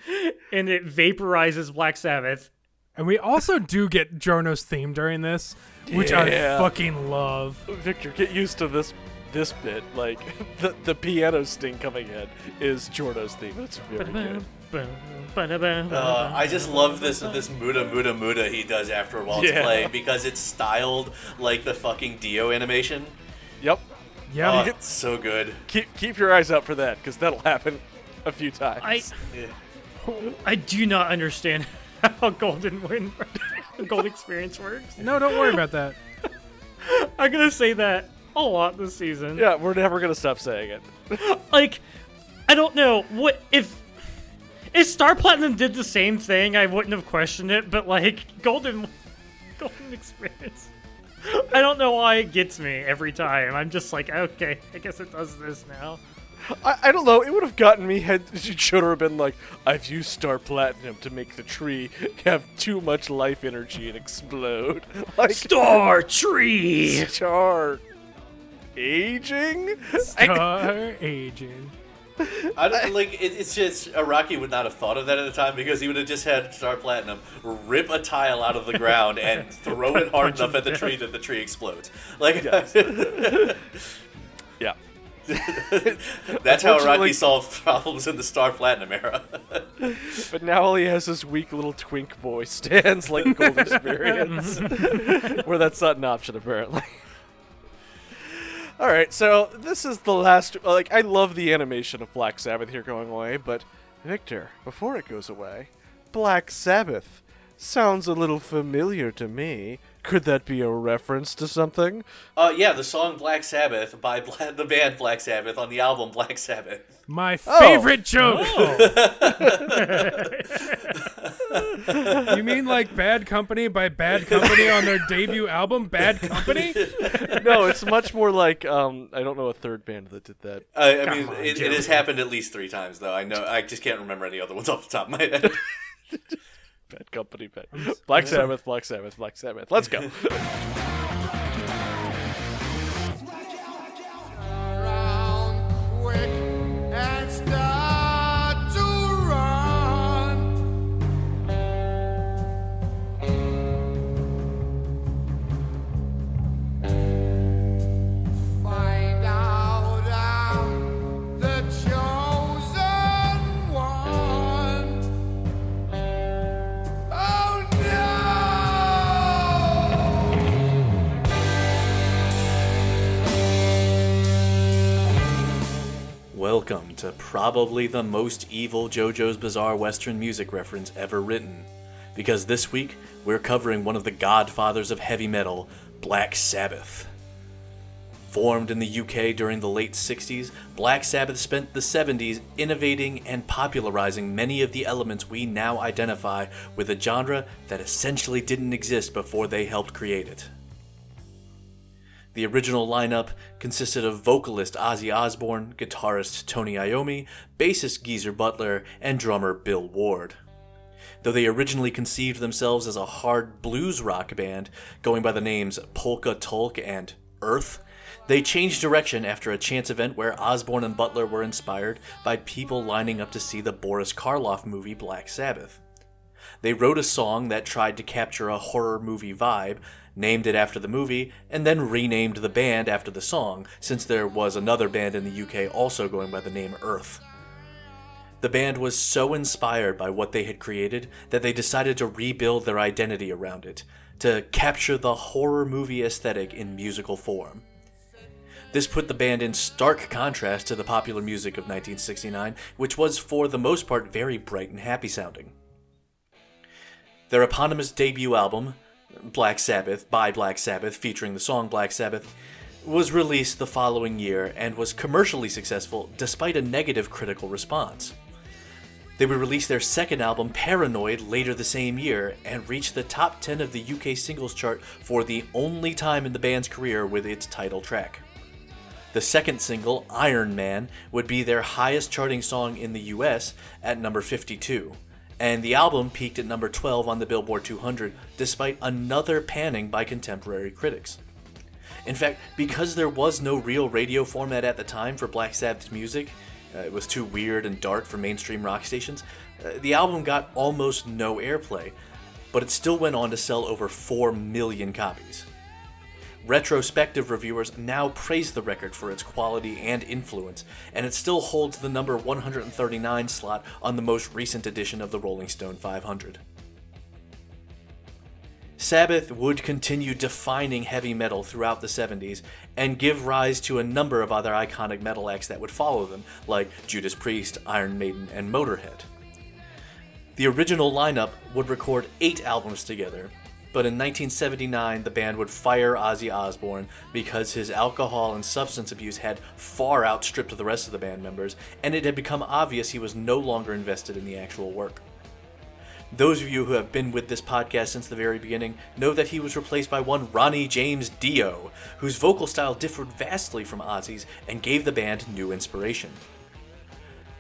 Speaker 3: and it vaporizes Black Sabbath.
Speaker 5: And we also do get Jorno's theme during this, which
Speaker 2: Yeah.
Speaker 5: I fucking love.
Speaker 2: Victor, get used to this this bit. Like the the piano sting coming in is Jorno's theme. That's very good.
Speaker 4: Uh, I just love this this muda muda muda he does after while it's
Speaker 2: Yeah.
Speaker 4: playing because it's styled like the fucking Dio animation.
Speaker 2: Yep.
Speaker 5: Yeah.
Speaker 4: Oh, it's so good.
Speaker 2: Keep keep your eyes out for that because that'll happen a few times.
Speaker 3: I I do not understand how Golden Wind Gold Experience works.
Speaker 5: no, don't worry about that.
Speaker 3: I'm gonna say that a lot this season.
Speaker 2: yeah, we're never gonna stop saying it.
Speaker 3: Like, I don't know what if if Star Platinum did the same thing, I wouldn't have questioned it. But like Golden Golden Experience, I don't know why it gets me every time. I'm just like, okay, I guess it does this now.
Speaker 2: I, I don't know. It would have gotten me had Jotaro been like, "I've used Star Platinum to make the tree have too much life energy and explode." Like
Speaker 3: Star Tree.
Speaker 2: star aging.
Speaker 5: Star aging.
Speaker 4: I don't, like it, it's just Araki would not have thought of that at the time because he would have just had Star Platinum rip a tile out of the ground and throw it hard enough at the tree that the tree explodes. Like
Speaker 2: Yeah.
Speaker 4: That's how
Speaker 2: Unfortunately-
Speaker 4: Araki solved problems in the Star Platinum era.
Speaker 2: But now all he has is weak little twink boy stands like Gold Experience, where that's not an option apparently. all right, so this is the last. Like, I love the animation of Black Sabbath here going away, but Victor, before it goes away, Black Sabbath sounds a little familiar to me. Could that be a reference to something?
Speaker 4: uh, yeah, the song Black Sabbath by Bla- the band Black Sabbath on the album Black Sabbath.
Speaker 5: My favorite joke.
Speaker 3: Oh,
Speaker 5: You mean like Bad Company by Bad Company on their debut album, Bad Company?
Speaker 2: No, it's much more like um, I don't know a third band that did that.
Speaker 4: I, I mean,
Speaker 3: on,
Speaker 4: it, it
Speaker 3: Jerry.
Speaker 4: has happened at least three times, though. I know. I just can't remember any other ones off the top of my head.
Speaker 2: Bad company, bad. Black Sabbath, Black Sabbath, Black Sabbath. Let's go.
Speaker 6: around quick and start to run. Find out I'm the chosen one. Oh no!
Speaker 4: Welcome to probably the most evil JoJo's Bizarre Western music reference ever written. Because this week, we're covering one of the godfathers of heavy metal, Black Sabbath. Formed in the UK during the late 60s, Black Sabbath spent the 70s innovating and popularizing many of the elements we now identify with a genre that essentially didn't exist before they helped create it. The original lineup consisted of vocalist Ozzy Osbourne, guitarist Tony Iommi, bassist Geezer Butler, and drummer Bill Ward. Though they originally conceived themselves as a hard blues rock band, going by the names Polka Tulk and Earth, they changed direction after a chance event where Osbourne and Butler were inspired by people lining up to see the Boris Karloff movie Black Sabbath. They wrote a song that tried to capture a horror movie vibe, named it after the movie, and then renamed the band after the song, since there was another band in the UK also going by the name Earth. The band was so inspired by what they had created that they decided to rebuild their identity around it, to capture the horror movie aesthetic in musical form. This put the band in stark contrast to the popular music of 1969, which was for the most part very bright and happy sounding. Their eponymous debut album, Black Sabbath by Black Sabbath, featuring the song Black Sabbath, was released the following year and was commercially successful despite a negative critical response. They would release their second album, Paranoid, later the same year and reach the top 10 of the UK singles chart for the only time in the band's career with its title track. The second single, Iron Man, would be their highest charting song in the US at number 52. And the album peaked at number 12 on the Billboard 200, despite another panning by contemporary critics. In fact, because there was no real radio format at the time for Black Sabbath's music, uh, it was too weird and dark for mainstream rock stations, uh, the album got almost no airplay, but it still went on to sell over 4 million copies. Retrospective reviewers now praise the record for its quality and influence, and it still holds the number 139 slot on the most recent edition of the Rolling Stone 500. Sabbath would continue defining heavy metal throughout the 70s and give rise to a number of other iconic metal acts that would follow them, like Judas Priest, Iron Maiden, and Motorhead. The original lineup would record eight albums together, but in 1979 the band would fire Ozzy Osbourne because his alcohol and substance abuse had far outstripped the rest of the band members, and it had become obvious he was no longer invested in the actual work. Those of you who have been with this podcast since the very beginning know that he was replaced by one Ronnie James Dio, whose vocal style differed vastly from Ozzy's and gave the band new inspiration.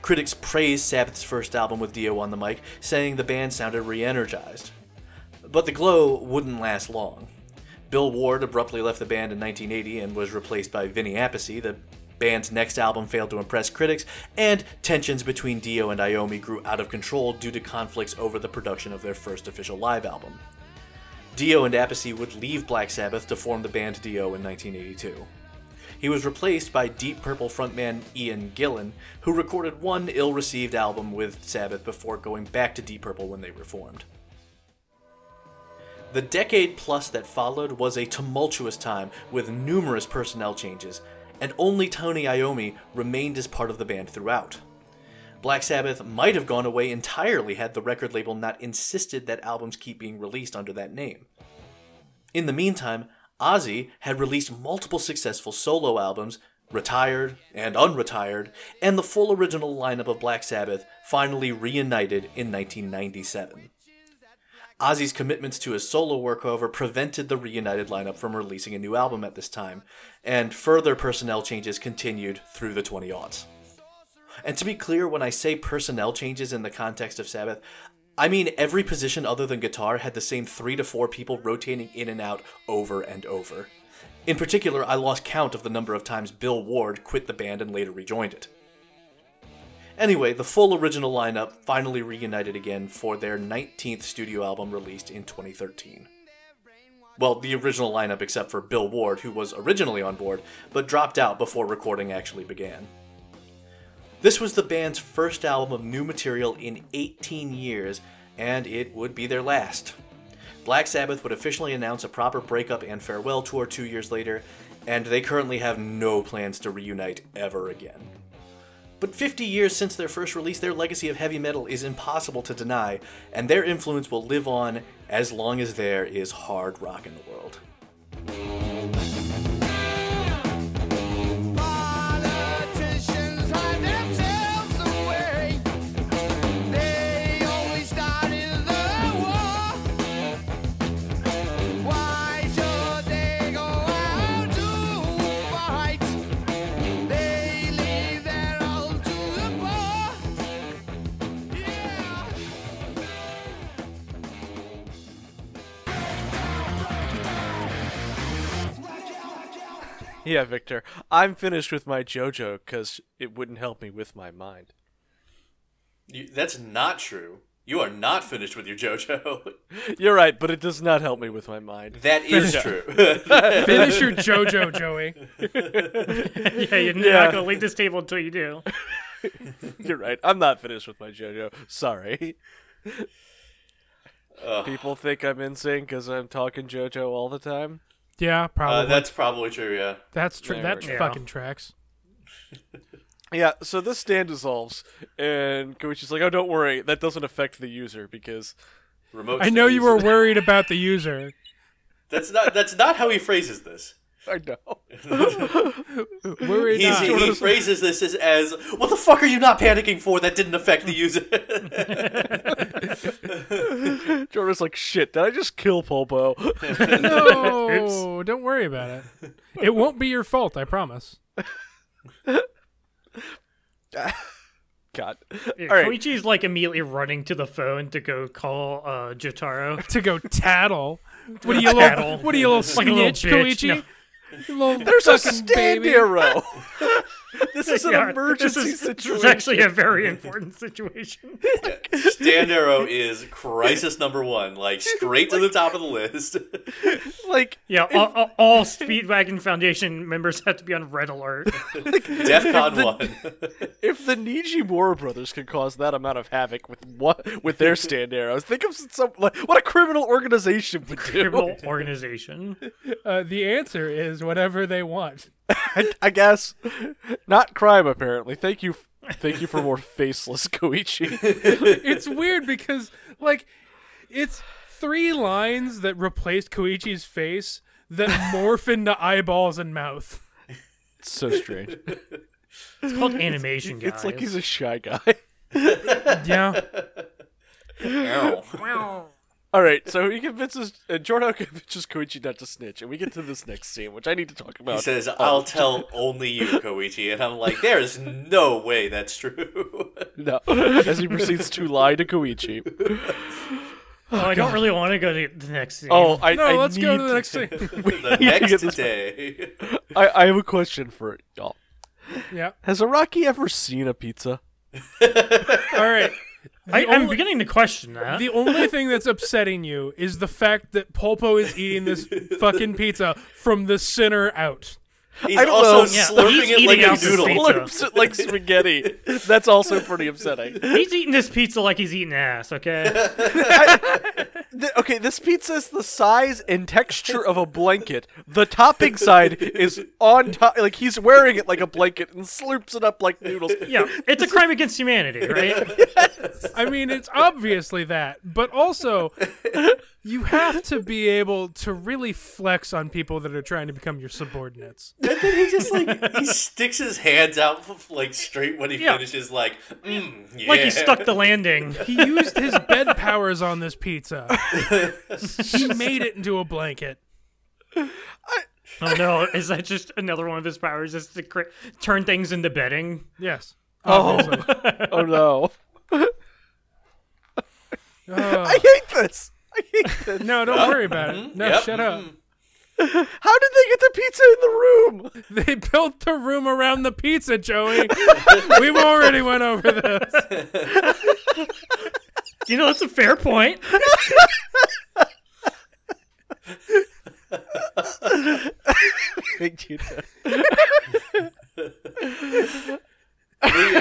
Speaker 4: Critics praised Sabbath's first album with Dio on the mic, saying the band sounded re energized. But the glow wouldn't last long. Bill Ward abruptly left the band in 1980 and was replaced by Vinny Appice. The band's next album failed to impress critics, and tensions between Dio and Iommi grew out of control due to conflicts over the production of their first official live album. Dio and Appice would leave Black Sabbath to form the band Dio in 1982. He was replaced by Deep Purple frontman Ian Gillan, who recorded one ill received album with Sabbath before going back to Deep Purple when they reformed. The decade plus that followed was a tumultuous time with numerous personnel changes, and only Tony Iommi remained as part of the band throughout. Black Sabbath might have gone away entirely had the record label not insisted that albums keep being released under that name. In the meantime, Ozzy had released multiple successful solo albums, retired and unretired, and the full original lineup of Black Sabbath finally reunited in 1997. Ozzy's commitments to his solo work, however, prevented the reunited lineup from releasing a new album at this time, and further personnel changes continued through the 20 aughts. And to be clear, when I say personnel changes in the context of Sabbath, I mean every position other than guitar had the same three to four people rotating in and out over and over. In particular, I lost count of the number of times Bill Ward quit the band and later rejoined it. Anyway, the full original lineup finally reunited again for their 19th studio album released in 2013. Well, the original lineup except for Bill Ward, who was originally on board, but dropped out before recording actually began. This was the band's first album of new material in 18 years, and it would be their last. Black Sabbath would officially announce a proper breakup and farewell tour two years later, and they currently have no plans to reunite ever again. But 50 years since their first release, their legacy of heavy metal is impossible to deny, and their influence will live on as long as there is hard rock in the world.
Speaker 6: Politicians hide themselves away. They only started the war. Why should they go out to fight? They leave their own to the poor. Yeah.
Speaker 2: Yeah, Victor. I'm finished with my JoJo because it wouldn't help me with my mind.
Speaker 4: You, that's not true. You are not finished with your JoJo.
Speaker 2: You're right, but it does not help me with my mind.
Speaker 4: That is true.
Speaker 5: Finish your JoJo, Joey.
Speaker 3: Yeah, you're
Speaker 2: Yeah.
Speaker 3: not gonna leave this table until you do.
Speaker 2: You're right. I'm not finished with my JoJo. Sorry. People think I'm insane because I'm talking JoJo all the time.
Speaker 5: Yeah, probably.
Speaker 4: Uh, that's probably true, yeah.
Speaker 5: that's true.
Speaker 2: There we
Speaker 5: That
Speaker 3: go.
Speaker 5: fucking tracks.
Speaker 2: Yeah, so this stand dissolves, and Koichi's like, oh, don't worry. That doesn't affect the user because.
Speaker 4: Remote
Speaker 5: I know you were
Speaker 4: studies.
Speaker 5: worried about the user.
Speaker 4: That's not that's not how he phrases this.
Speaker 2: I know.
Speaker 5: Worried
Speaker 4: He's,
Speaker 5: not.
Speaker 4: he phrases this as, as what the fuck are you not panicking for that didn't affect the user?
Speaker 2: Jordan's like, shit, did I just kill Polpo?
Speaker 5: No, don't worry about it. It won't be your fault, I promise.
Speaker 2: God.
Speaker 3: Yeah,
Speaker 2: All right.
Speaker 3: Koichi's like immediately running to the phone to go call uh, Jotaro.
Speaker 5: To go tattle. What are you, little,
Speaker 3: Tattle.
Speaker 5: what are you, little
Speaker 3: Like a little
Speaker 5: snitch,
Speaker 3: bitch,
Speaker 5: Koichi?
Speaker 3: no.
Speaker 5: You Little
Speaker 2: There's a
Speaker 5: fucking
Speaker 2: stand
Speaker 5: baby.
Speaker 2: hero. this is an
Speaker 3: Yeah,
Speaker 2: emergency
Speaker 3: this is,
Speaker 2: situation.
Speaker 3: This is actually a very important situation.
Speaker 4: Stand Arrow is crisis number one, like straight to the top of the list.
Speaker 2: like
Speaker 3: Yeah, all, all, all Speedwagon Foundation members have to be on red alert.
Speaker 4: DEFCON one.
Speaker 2: if the Nijimura brothers can cause that amount of havoc with what with their stand arrows, think of some like, what a criminal organization would do.
Speaker 3: Criminal organization.
Speaker 5: Uh, the answer is whatever they want.
Speaker 2: I, I guess not crime apparently. Thank you, thank you for more faceless Koichi.
Speaker 5: It's weird because, like, it's three lines that replaced Koichi's face that morph into eyeballs and mouth.
Speaker 2: It's so strange.
Speaker 3: It's called animation, guys.
Speaker 2: It's like he's a shy guy.
Speaker 5: Yeah.
Speaker 4: Ow.
Speaker 2: All right, so he convinces uh, Jordan convinces Koichi not to snitch, and we get to this next scene, which I need to talk about.
Speaker 4: He says, I'll tell only you, Koichi. And I'm like, there is no way that's true.
Speaker 2: no, as he proceeds to lie to Koichi.
Speaker 3: oh, I don't really want to go to the next scene.
Speaker 2: Oh, I
Speaker 5: No,
Speaker 2: I
Speaker 5: let's
Speaker 2: need
Speaker 5: go to the next thing.
Speaker 4: the
Speaker 2: Yeah, you get
Speaker 4: next
Speaker 2: this-
Speaker 4: day.
Speaker 2: I, I have a question for y'all.
Speaker 5: Yeah.
Speaker 2: Has Araki ever seen a pizza?
Speaker 5: All right.
Speaker 3: I, I'm
Speaker 5: only-
Speaker 3: beginning to question that.
Speaker 5: The only thing that's upsetting you is the fact that Polpo is eating this fucking pizza from the center out.
Speaker 4: He's
Speaker 2: I don't
Speaker 4: also
Speaker 2: know.
Speaker 3: Yeah.
Speaker 4: slurping
Speaker 3: He's
Speaker 4: it like
Speaker 3: eating
Speaker 4: a
Speaker 3: out the
Speaker 4: noodle.
Speaker 3: steam.
Speaker 2: Slurps it like spaghetti. That's also pretty upsetting.
Speaker 3: He's eating this pizza like he's eating ass, okay?
Speaker 2: Th- okay, this pizza is the size and texture of a blanket. The topping side is on top. Like he's wearing it like a blanket and slurps it up like noodles.
Speaker 3: Yeah, it's a crime against humanity, right?
Speaker 5: I mean, it's obviously that, but also you have to be able to really flex on people that are trying to become your subordinates.
Speaker 4: And then he just like he sticks his hands out like straight when he
Speaker 3: Yeah.
Speaker 4: finishes. Like, mm, yeah.
Speaker 3: Like he stuck the landing.
Speaker 5: He used his bed powers on this pizza. he made it into a blanket.
Speaker 3: Oh no, is that just another one of his powers? Is to cr- turn things into bedding?
Speaker 5: Yes.
Speaker 2: Oh, oh no!
Speaker 5: Uh,
Speaker 2: I hate this. I hate this.
Speaker 5: no, don't worry about it. No,
Speaker 4: Yep.
Speaker 5: shut up.
Speaker 2: How did they get the pizza in the room?
Speaker 5: They built the room around the pizza, Joey. We've already went over this.
Speaker 3: You know, that's a fair point.
Speaker 2: Thank you.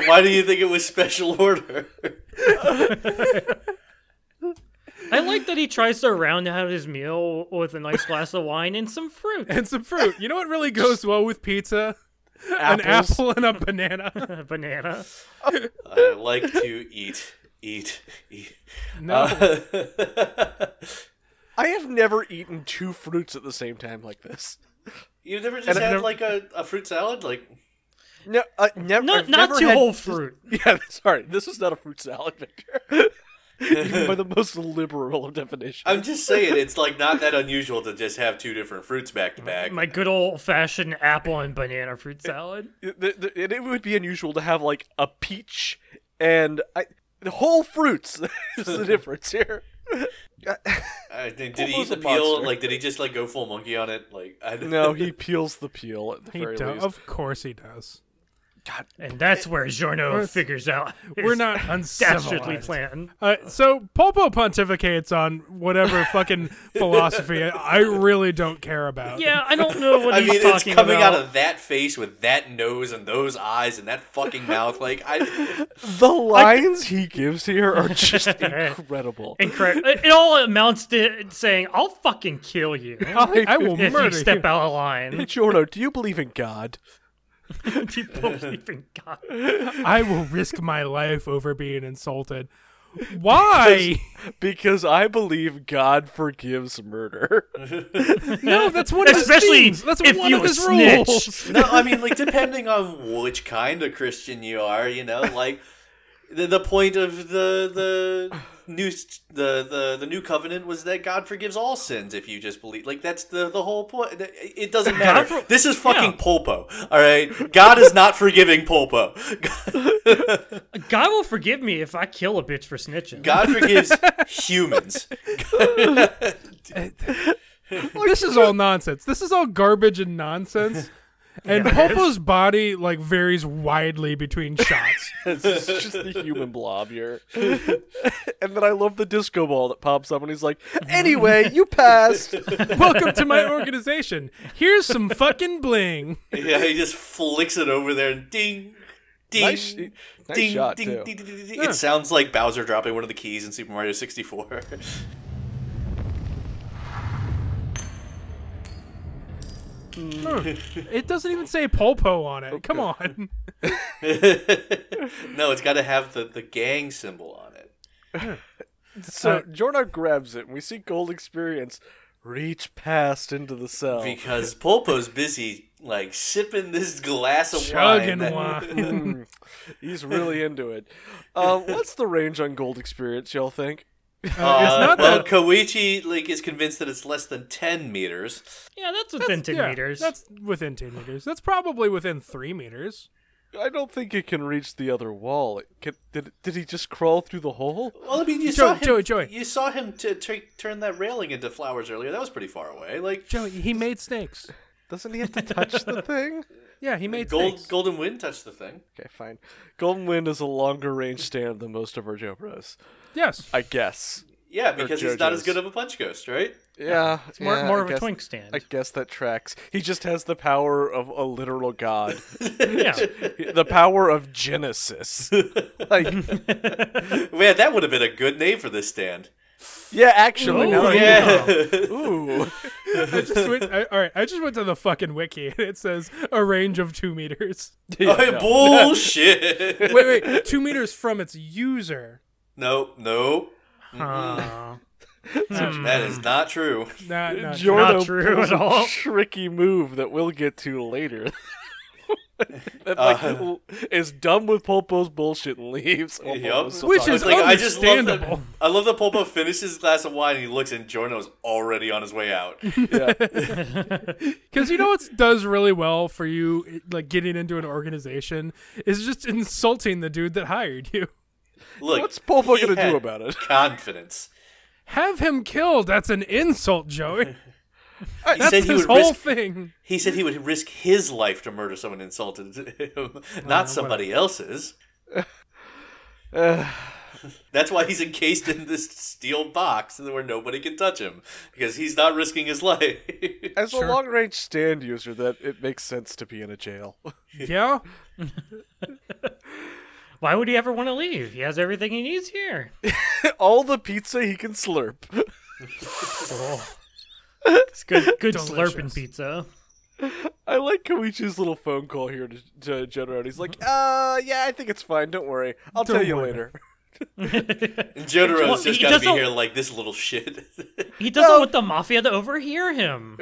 Speaker 4: Why do you think it was special order?
Speaker 3: I like that he tries to round out his meal with a nice glass of wine and some fruit.
Speaker 5: And some fruit. You know what really goes well with pizza? An
Speaker 2: Apples.
Speaker 5: apple and a banana.
Speaker 3: A uh, banana.
Speaker 4: I like to eat, eat, eat.
Speaker 5: No.
Speaker 2: I have never eaten two fruits at the same time like this.
Speaker 4: You've never just
Speaker 2: And I've
Speaker 4: had
Speaker 2: never-
Speaker 4: like a, a fruit salad, like
Speaker 2: No, uh, never.
Speaker 3: No,
Speaker 2: I've
Speaker 3: not
Speaker 2: never
Speaker 3: too
Speaker 2: had-
Speaker 3: whole fruit.
Speaker 2: Yeah, sorry. This is not a fruit salad, Victor. Even by the most liberal of definitions.
Speaker 4: I'm just saying, it's like not that unusual to just have two different fruits back to back.
Speaker 3: My good old fashioned apple and banana fruit salad.
Speaker 2: it, th- th- it, it would be unusual to have like a peach and I, the whole fruits is the difference here.
Speaker 4: I think- Did he
Speaker 2: Pulpo's
Speaker 4: eat the
Speaker 2: a
Speaker 4: peel?
Speaker 2: monster.
Speaker 4: Like, did he just like go full monkey on it? Like, I don't
Speaker 2: No, he peels the peel at the
Speaker 5: He
Speaker 2: very
Speaker 5: do-
Speaker 2: least.
Speaker 5: Of course he does.
Speaker 2: God,
Speaker 3: And that's where Giorno figures out his
Speaker 5: We're not
Speaker 3: dastardly
Speaker 5: uncivilized.
Speaker 3: plan.
Speaker 5: Uh, so Polpo pontificates on whatever fucking philosophy I, I really don't care about.
Speaker 3: Yeah, I don't know what
Speaker 4: I
Speaker 3: he's
Speaker 4: mean, it's
Speaker 3: talking
Speaker 4: coming
Speaker 3: about.
Speaker 4: out of that face with that nose and those eyes and that fucking mouth. Like, I
Speaker 2: the lines he gives here are just incredible.
Speaker 3: Incorrect. It it all amounts to saying, "I'll fucking kill you
Speaker 5: I, I will
Speaker 3: if you
Speaker 5: murder
Speaker 3: step
Speaker 5: you.
Speaker 3: out of line."
Speaker 2: Giorno, do you believe in God?
Speaker 3: Do you believe in God?
Speaker 5: I will risk my life over being insulted. Why?
Speaker 2: Because I believe God forgives murder.
Speaker 5: no, that's one of his
Speaker 3: Especially
Speaker 5: things. That's
Speaker 3: if
Speaker 5: one
Speaker 3: you
Speaker 5: of his
Speaker 3: snitch.
Speaker 5: rules.
Speaker 4: no, I mean, like depending on which kind of Christian you are, you know, like the, the point of the the new s- the, the the new covenant was that God forgives all sins if you just believe. Like that's the the whole point. It doesn't matter.
Speaker 3: for-
Speaker 4: this is fucking Polpo. All right, God is not forgiving Polpo.
Speaker 3: God will forgive me if I kill a bitch for snitching.
Speaker 4: God forgives humans.
Speaker 5: this is all nonsense. This is all garbage and nonsense. And Polpo's body like varies widely between shots.
Speaker 2: It's just the human blob here. and then I love the disco ball that pops up and he's like, anyway, you passed.
Speaker 5: Welcome to my organization. Here's some fucking bling.
Speaker 4: Yeah, he just flicks it over there and ding. Ding,
Speaker 2: Nice-
Speaker 4: ding,
Speaker 2: nice shot, too.
Speaker 4: ding, ding, ding, ding. It sounds like Bowser dropping one of the keys in Super Mario 64.
Speaker 5: It doesn't even say Polpo on it. Come on.
Speaker 4: no, it's got to have the, the gang symbol on it.
Speaker 2: So Uh, Jordan grabs it, and we see Gold Experience reach past into the
Speaker 5: Oh.
Speaker 2: cell.
Speaker 4: Because Polpo's busy, like, sipping this glass of wine.
Speaker 5: Chugging
Speaker 4: that-
Speaker 5: wine.
Speaker 2: He's really into it. Um, what's the range on Gold Experience, y'all think?
Speaker 4: Uh,
Speaker 5: not
Speaker 4: well,
Speaker 5: that-
Speaker 4: Koichi, like, is convinced that it's less than 10 meters.
Speaker 3: Yeah, that's within ten
Speaker 5: Yeah,
Speaker 3: meters.
Speaker 5: That's within 10 meters. That's probably within 3 meters.
Speaker 2: I don't think it can reach the other wall. It can, did, did he just crawl through the hole?
Speaker 4: Well, I mean, you
Speaker 5: Joey,
Speaker 4: saw him,
Speaker 5: Joey, Joey.
Speaker 4: You saw him t- t- turn that railing into flowers earlier. That was pretty far away. Like,
Speaker 5: Joey, he made snakes.
Speaker 2: Doesn't he have to touch the thing?
Speaker 5: Yeah, he made
Speaker 4: Gold,
Speaker 5: snakes.
Speaker 4: Golden Wind touched the thing.
Speaker 2: Okay, fine. Golden Wind is a longer range stand than most of our Jobras,
Speaker 5: Yes.
Speaker 2: I guess.
Speaker 4: Yeah, because he's not as
Speaker 2: JoJo's.
Speaker 4: good of a punch ghost, right?
Speaker 2: Yeah,
Speaker 3: It's more,
Speaker 2: yeah,
Speaker 3: more
Speaker 2: I
Speaker 3: of a
Speaker 2: guess-
Speaker 3: twink stand.
Speaker 2: I guess that tracks. He just has the power of a literal god,
Speaker 3: yeah.
Speaker 2: the power of Genesis. like,
Speaker 4: Man, that would have been a good name for this stand.
Speaker 2: yeah, actually,
Speaker 3: Ooh,
Speaker 2: no.
Speaker 5: Oh,
Speaker 4: Yeah.
Speaker 2: Ooh.
Speaker 5: I just went, I, all right, I just went to the fucking wiki and it says a range of two meters.
Speaker 4: Bullshit.
Speaker 5: Wait, wait, two meters from its user.
Speaker 4: no, no.
Speaker 3: Aw.
Speaker 5: Hmm.
Speaker 4: That is not true.
Speaker 5: Nah, nah,
Speaker 2: Giorno
Speaker 3: true
Speaker 2: pulls
Speaker 3: at all.
Speaker 2: A tricky move that we'll get to later. that like l- is done with Polpo's bullshit and leaves. Oh,
Speaker 4: Yup.
Speaker 2: Polpo's still
Speaker 5: Which
Speaker 2: talking
Speaker 5: is
Speaker 2: about-
Speaker 4: I just love that.
Speaker 5: understandable.
Speaker 4: I love that Pulpo finishes his glass of wine and he looks and Giorno's already on his way out.
Speaker 5: Because you know what does really well for you, it- like getting into an organization, is just insulting the dude that hired you.
Speaker 4: Look,
Speaker 2: what's Polpo
Speaker 4: he
Speaker 2: gonna
Speaker 4: had
Speaker 2: do about it?
Speaker 4: Confidence.
Speaker 5: Have him killed. That's an insult, Joey.
Speaker 4: He
Speaker 5: That's
Speaker 4: said he
Speaker 5: his
Speaker 4: would
Speaker 5: whole
Speaker 4: risk.
Speaker 5: thing.
Speaker 4: He said he would risk his life to murder someone insulted him,
Speaker 5: Oh,
Speaker 4: not somebody else's. That's why he's encased in this steel box where nobody can touch him because he's not risking his life.
Speaker 2: As a long range stand user, that it makes sense to be in a jail.
Speaker 5: Yeah.
Speaker 3: Why would he ever want to leave? He has everything he needs here.
Speaker 2: All the pizza he can slurp.
Speaker 3: It's good, good
Speaker 5: Delicious.
Speaker 3: slurping pizza.
Speaker 2: I like Koichi's little phone call here to, to Jenro. and He's like, uh, yeah, I think it's fine. Don't worry. I'll tell you
Speaker 5: worry.
Speaker 2: later.
Speaker 4: Jotaro's
Speaker 3: Well,
Speaker 4: just
Speaker 3: he
Speaker 4: got to be
Speaker 3: doesn't- Oh,
Speaker 4: here like this little shit.
Speaker 3: He doesn't
Speaker 2: Well-
Speaker 3: want the mafia to overhear him.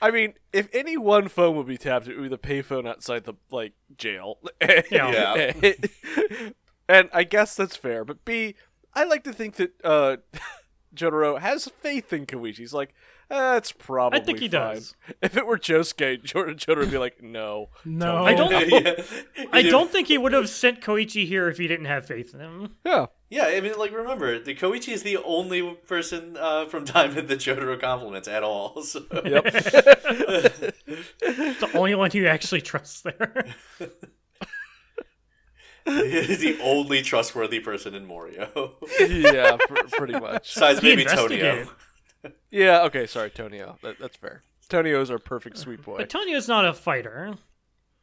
Speaker 2: I mean, if any one phone would be tapped, it would be the payphone outside the like jail.
Speaker 4: Yeah.
Speaker 2: and I guess that's fair. But B, I like to think that uh, Jotaro has faith in Koichi. He's like, that's probably.
Speaker 3: I think he
Speaker 2: fine."
Speaker 3: does.
Speaker 2: If it were Josuke, Jor- Jotaro would be like, no.
Speaker 5: No.
Speaker 3: I don't.
Speaker 4: Yeah.
Speaker 3: oh, I don't think he would have sent Koichi here if he didn't have faith in him.
Speaker 2: Yeah.
Speaker 4: Yeah, I mean, like, remember, the Koichi is the only person uh, from Diamond that Jotaro compliments at all. So.
Speaker 3: He's the only one who actually trusts there.
Speaker 4: He's the only trustworthy person in Morio.
Speaker 2: Yeah, pr- pretty much.
Speaker 4: Besides
Speaker 3: He
Speaker 4: maybe Tonio.
Speaker 3: investigated.
Speaker 2: Yeah, okay, sorry, Tonio. That, that's fair. Tonio's our perfect sweet boy.
Speaker 3: But Tonio's not a fighter.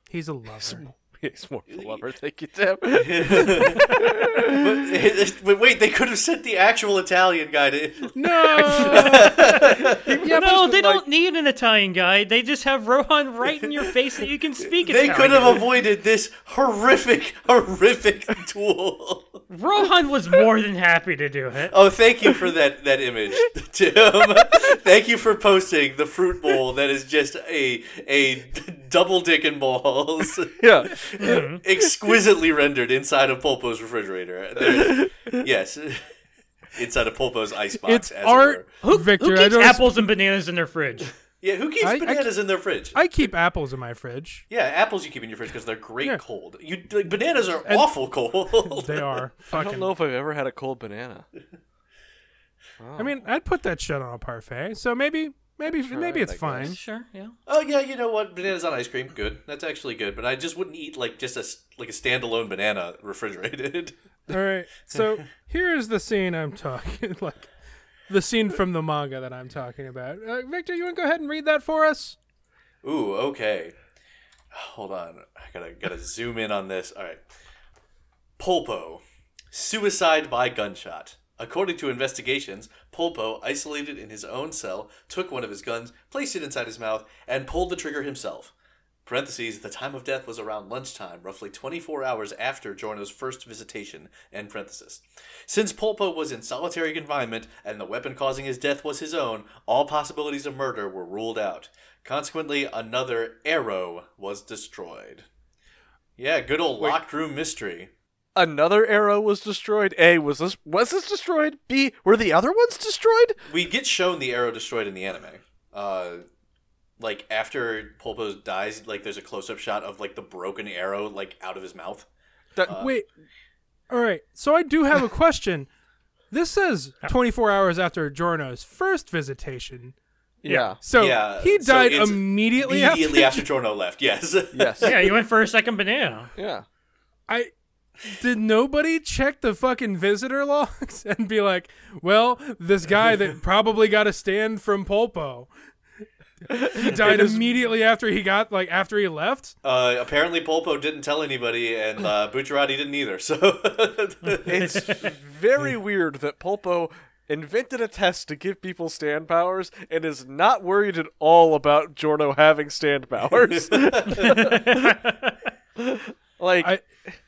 Speaker 5: He's a lover.
Speaker 2: He's more of a lover. Thank you, Tim.
Speaker 4: but, but wait, they could have sent the actual Italian guy to.
Speaker 5: No.
Speaker 3: No,
Speaker 5: yeah, but
Speaker 3: they
Speaker 2: like-
Speaker 3: don't need an Italian guy. They just have Rohan right in your face that you can speak
Speaker 4: They
Speaker 3: Italian.
Speaker 4: could have avoided this horrific, horrific duel.
Speaker 3: Rohan was more than happy to do it.
Speaker 4: Oh, thank you for that that image, Tim. thank you for posting the fruit bowl that is just a a double dick and balls,
Speaker 2: yeah.
Speaker 4: exquisitely rendered inside of Polpo's refrigerator. There- yes, inside of Polpo's icebox.
Speaker 5: it's
Speaker 4: as it
Speaker 5: art,
Speaker 4: were.
Speaker 5: Victor.
Speaker 3: Who
Speaker 5: I
Speaker 3: keeps
Speaker 5: don't.
Speaker 3: apples and bananas in their fridge?
Speaker 4: Yeah, who keeps
Speaker 5: I- I
Speaker 4: bananas in their fridge?
Speaker 5: I keep apples in my fridge.
Speaker 4: yeah, apples you keep in your fridge because they're great
Speaker 5: Yeah.
Speaker 4: cold. You like bananas are awful cold.
Speaker 5: They are
Speaker 2: I don't
Speaker 5: fucking.
Speaker 2: know if I've ever had a cold banana.
Speaker 5: I mean, I'd put that shit on a parfait. So maybe, maybe, maybe it's fine.
Speaker 3: Sure, yeah.
Speaker 4: Oh yeah, you know what? Bananas on ice cream, good. That's actually good. But I just wouldn't eat like just a s- like a standalone banana refrigerated.
Speaker 5: All right. So here is the scene I'm talking like the scene from the manga that I'm talking about. Uh, Victor, you want to go ahead and read that for us?
Speaker 4: Ooh, okay. Hold on. I gotta gotta zoom in on this. All right. Polpo. Suicide by gunshot. According to investigations, Polpo, isolated in his own cell, took one of his guns, placed it inside his mouth, and pulled the trigger himself. Parentheses, the time of death was around lunchtime, roughly 24 hours after Giorno's first visitation, end parenthesis. Since Polpo was in solitary confinement and the weapon causing his death was his own, all possibilities of murder were ruled out. Consequently, another arrow was destroyed. Yeah, good old locked room mystery.
Speaker 2: Another arrow was destroyed. A was this was this destroyed? B were the other ones destroyed?
Speaker 4: We get shown the arrow destroyed in the anime. Uh, like after Polpo dies, like there's a close-up shot of like the broken arrow like out of his mouth.
Speaker 2: That,
Speaker 5: Wait. All right. So I do have a question. This says 24 hours after Giorno's first visitation.
Speaker 2: yeah.
Speaker 5: So
Speaker 4: Yeah,
Speaker 5: he
Speaker 4: so
Speaker 5: died
Speaker 4: it's
Speaker 5: immediately,
Speaker 4: Immediately
Speaker 5: after.
Speaker 4: after Giorno left, yes.
Speaker 2: Yes.
Speaker 3: Yeah, you went for a second banana.
Speaker 2: Yeah.
Speaker 5: I did nobody check the fucking visitor logs and be like, well, this guy that probably got a stand from Polpo, he died immediately after he got like after he left.
Speaker 4: Uh, apparently, Polpo didn't tell anybody, and uh, Bucciarati didn't either. So,
Speaker 2: It's very weird that Pulpo invented a test to give people stand powers and is not worried at all about Jorno having stand powers. like
Speaker 5: I,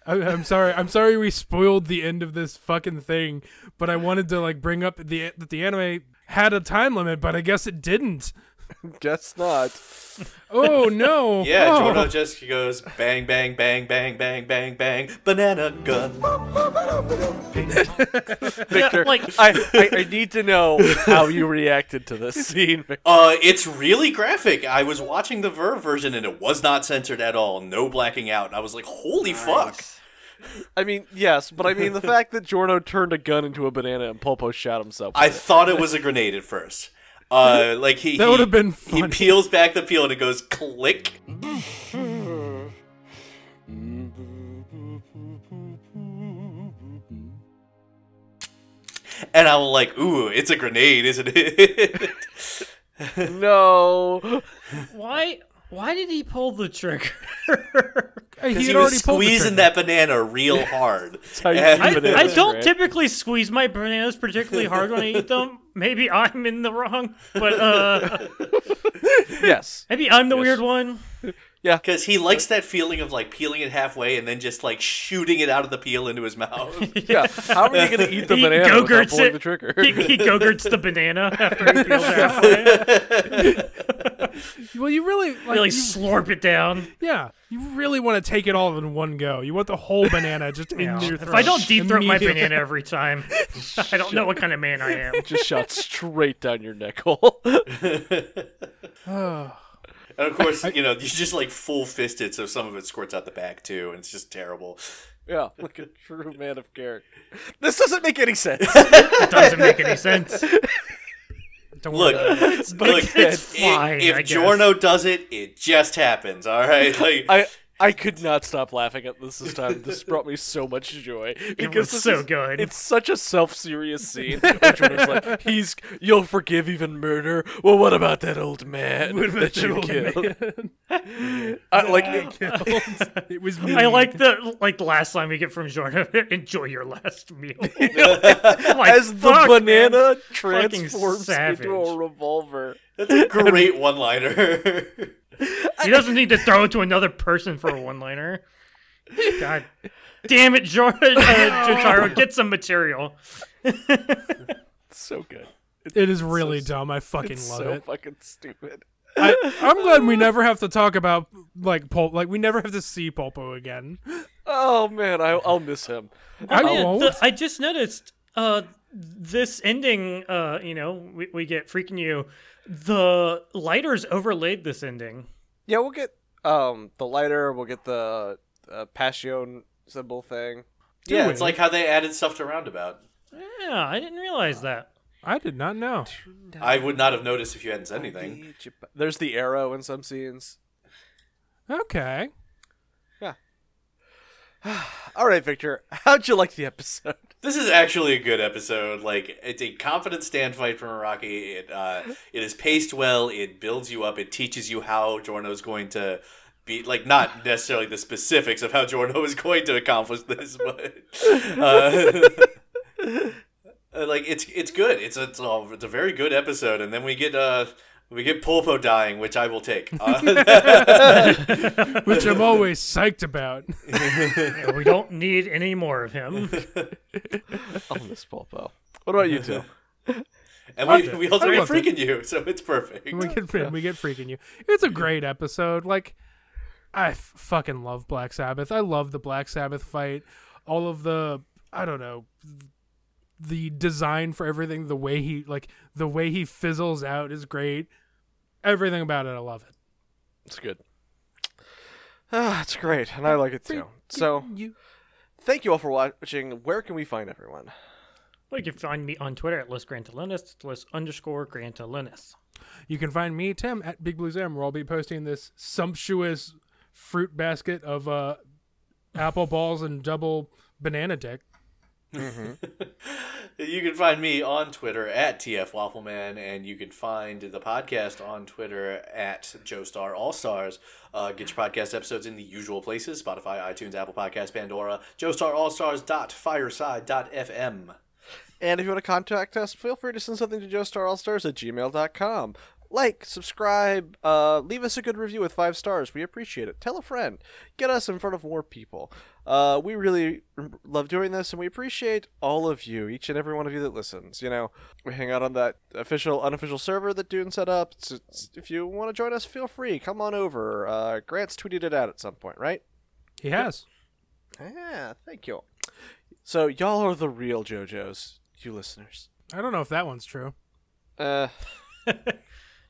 Speaker 5: I I'm sorry. I'm sorry we spoiled the end of this fucking thing, but I wanted to like bring up the that the anime had a time limit, but I guess it didn't.
Speaker 2: guess not.
Speaker 5: Oh no.
Speaker 4: yeah,
Speaker 5: Oh.
Speaker 4: Jorno just goes bang, bang, bang, bang, bang, bang, bang, banana gun.
Speaker 2: Victor,
Speaker 3: like-
Speaker 2: I, I, I need to know how you reacted to this scene. Victor.
Speaker 4: Uh, it's really graphic. I was watching the Verve version, and it was not censored at all. No blacking out. And I was like, holy fuck.
Speaker 2: I mean, yes, but I mean the fact that Jorno turned a gun into a banana and Pulpo shot himself.
Speaker 4: I
Speaker 2: with
Speaker 4: thought it was a grenade at first. Uh, like he
Speaker 5: That
Speaker 4: he-
Speaker 5: would've been
Speaker 4: He
Speaker 5: funny.
Speaker 4: peels back the peel and it goes click. And I'm like, ooh, it's a grenade, isn't it?
Speaker 2: it. no.
Speaker 3: Why? Why did he pull the trigger?
Speaker 5: He,
Speaker 4: Because
Speaker 5: had
Speaker 4: he was
Speaker 5: already pulled the
Speaker 4: squeezing
Speaker 5: trigger.
Speaker 4: that banana real hard.
Speaker 2: how you
Speaker 4: And-
Speaker 2: do
Speaker 3: I,
Speaker 2: Bananas,
Speaker 3: I don't
Speaker 2: right?
Speaker 3: typically squeeze my bananas particularly hard when I eat them. Maybe I'm in the wrong, but uh,
Speaker 2: Yes.
Speaker 3: maybe I'm the weird one.
Speaker 4: Because he likes that feeling of like peeling it halfway and then just like shooting it out of the peel into his mouth.
Speaker 2: Yeah. How are you going to eat the
Speaker 3: He
Speaker 2: banana without
Speaker 3: Go-Gurts
Speaker 2: pulling
Speaker 3: it.
Speaker 2: the trigger?
Speaker 3: He, he gurts the banana after he peels it halfway.
Speaker 5: Well, you really like
Speaker 3: Really
Speaker 5: you-
Speaker 3: slurp it down.
Speaker 5: yeah. You really want to take it all in one go. You want the whole banana just in
Speaker 3: Yeah.
Speaker 5: your throat.
Speaker 3: If I don't deep throat my
Speaker 5: immediately.
Speaker 3: banana every time, I don't know what kind of man I am.
Speaker 2: Just shot straight down your neck hole.
Speaker 4: And of course, you know, you just like full fisted, so some of it squirts out the back too, and it's just terrible.
Speaker 2: yeah, like a true man of character. This doesn't make any sense.
Speaker 3: It doesn't make any sense.
Speaker 5: Don't worry
Speaker 4: Look,
Speaker 5: about it.
Speaker 4: look,
Speaker 3: it's fine,
Speaker 4: If,
Speaker 3: I
Speaker 4: if
Speaker 3: guess.
Speaker 4: Jorno does it, it just happens. All right, like
Speaker 2: I I could not stop laughing at this this time. This brought me so much joy because
Speaker 3: was
Speaker 2: this
Speaker 3: so
Speaker 2: is-
Speaker 3: good.
Speaker 2: It's such a self-serious scene. Which one is like, he's you'll forgive even murder. Well, what about that old man that you killed? I, like
Speaker 5: It was me.
Speaker 3: I like the like last line we get from Jordan. Enjoy your last meal. Like,
Speaker 2: as the
Speaker 3: fuck, man.
Speaker 2: banana transforms
Speaker 3: savage.
Speaker 2: into a revolver.
Speaker 4: that's a great one liner.
Speaker 3: He doesn't need to throw it to another person for a one-liner. God damn it, Jordan uh, Jotaro, get some material.
Speaker 2: It's so good.
Speaker 5: It is really dumb. I fucking
Speaker 2: It's
Speaker 5: love
Speaker 2: so
Speaker 5: it.
Speaker 2: fucking stupid.
Speaker 5: I, I'm glad we never have to talk about like pulp. Like we never have to see Pulpo again.
Speaker 2: Oh man, I, I'll miss him.
Speaker 5: I
Speaker 3: Yeah,
Speaker 5: won't.
Speaker 3: the- I just noticed uh, this ending. Uh, you know, we, we get freaking you. The lighters overlaid this ending.
Speaker 2: Yeah, we'll get um the lighter. We'll get the uh, passion symbol thing.
Speaker 4: yeah, it's like how they added stuff to Roundabout.
Speaker 3: Yeah, I didn't realize that.
Speaker 5: I did not know.
Speaker 4: I would not have noticed if you hadn't said anything.
Speaker 2: There's the arrow in some scenes.
Speaker 5: Okay.
Speaker 2: All right, Victor, how'd you like the episode?
Speaker 4: This is actually a good episode. Like it's a confident stand fight from Iraqi. It uh, it is paced well. It builds you up. It teaches you how Jorno's going to be like not necessarily the specifics of how Jorno is going to accomplish this, but uh, uh, like it's it's good. It's a, it's a it's a very good episode. And then we get uh we get Pulpo dying, which I will take. Uh,
Speaker 5: Which I'm always psyched about.
Speaker 3: Yeah, we don't need any more of him.
Speaker 2: I'll miss Pulpo. What about you two?
Speaker 4: and we, we also
Speaker 5: I
Speaker 4: get
Speaker 5: loved it.
Speaker 4: freaking you, so it's perfect.
Speaker 5: we get fre- we get freaking you. It's a great episode. Like I f- fucking love Black Sabbath. I love the Black Sabbath fight. All of the I don't know the design for everything. The way he like the way he fizzles out is great. Everything about it, I love it.
Speaker 2: It's good. Ah, it's great, and I like it too. So,
Speaker 5: You
Speaker 2: thank you all for watching. Where can we find everyone?
Speaker 3: Well, you can find me on Twitter at Los Grantalonis, Los underscore Grantalonis.
Speaker 5: you can find me Tim at Big Blue Zam, where I'll be posting this sumptuous fruit basket of uh apple balls and double banana dick.
Speaker 4: You can find me on Twitter at TF Waffleman, and you can find the podcast on Twitter at Joestar All Stars. Uh, get your podcast episodes in the usual places Spotify, iTunes, Apple Podcasts, Pandora, joestarallstars.fireside.fm.
Speaker 2: And if you want to contact us, feel free to send something to joestarallstars at gmail.com. Like, subscribe, uh, leave us a good review with five stars. We appreciate it. Tell a friend. Get us in front of more people. Uh, we really love doing this, and we appreciate all of you, each and every one of you that listens. You know, we hang out on that official, unofficial server that Dune set up. It's- it's- if you want to join us, feel free. Come on over. Uh, Grant's tweeted it out at some point, right?
Speaker 5: He has.
Speaker 2: Yeah, thank you. So, y'all are the real JoJo's, you listeners.
Speaker 5: I don't know if that one's true.
Speaker 2: Uh,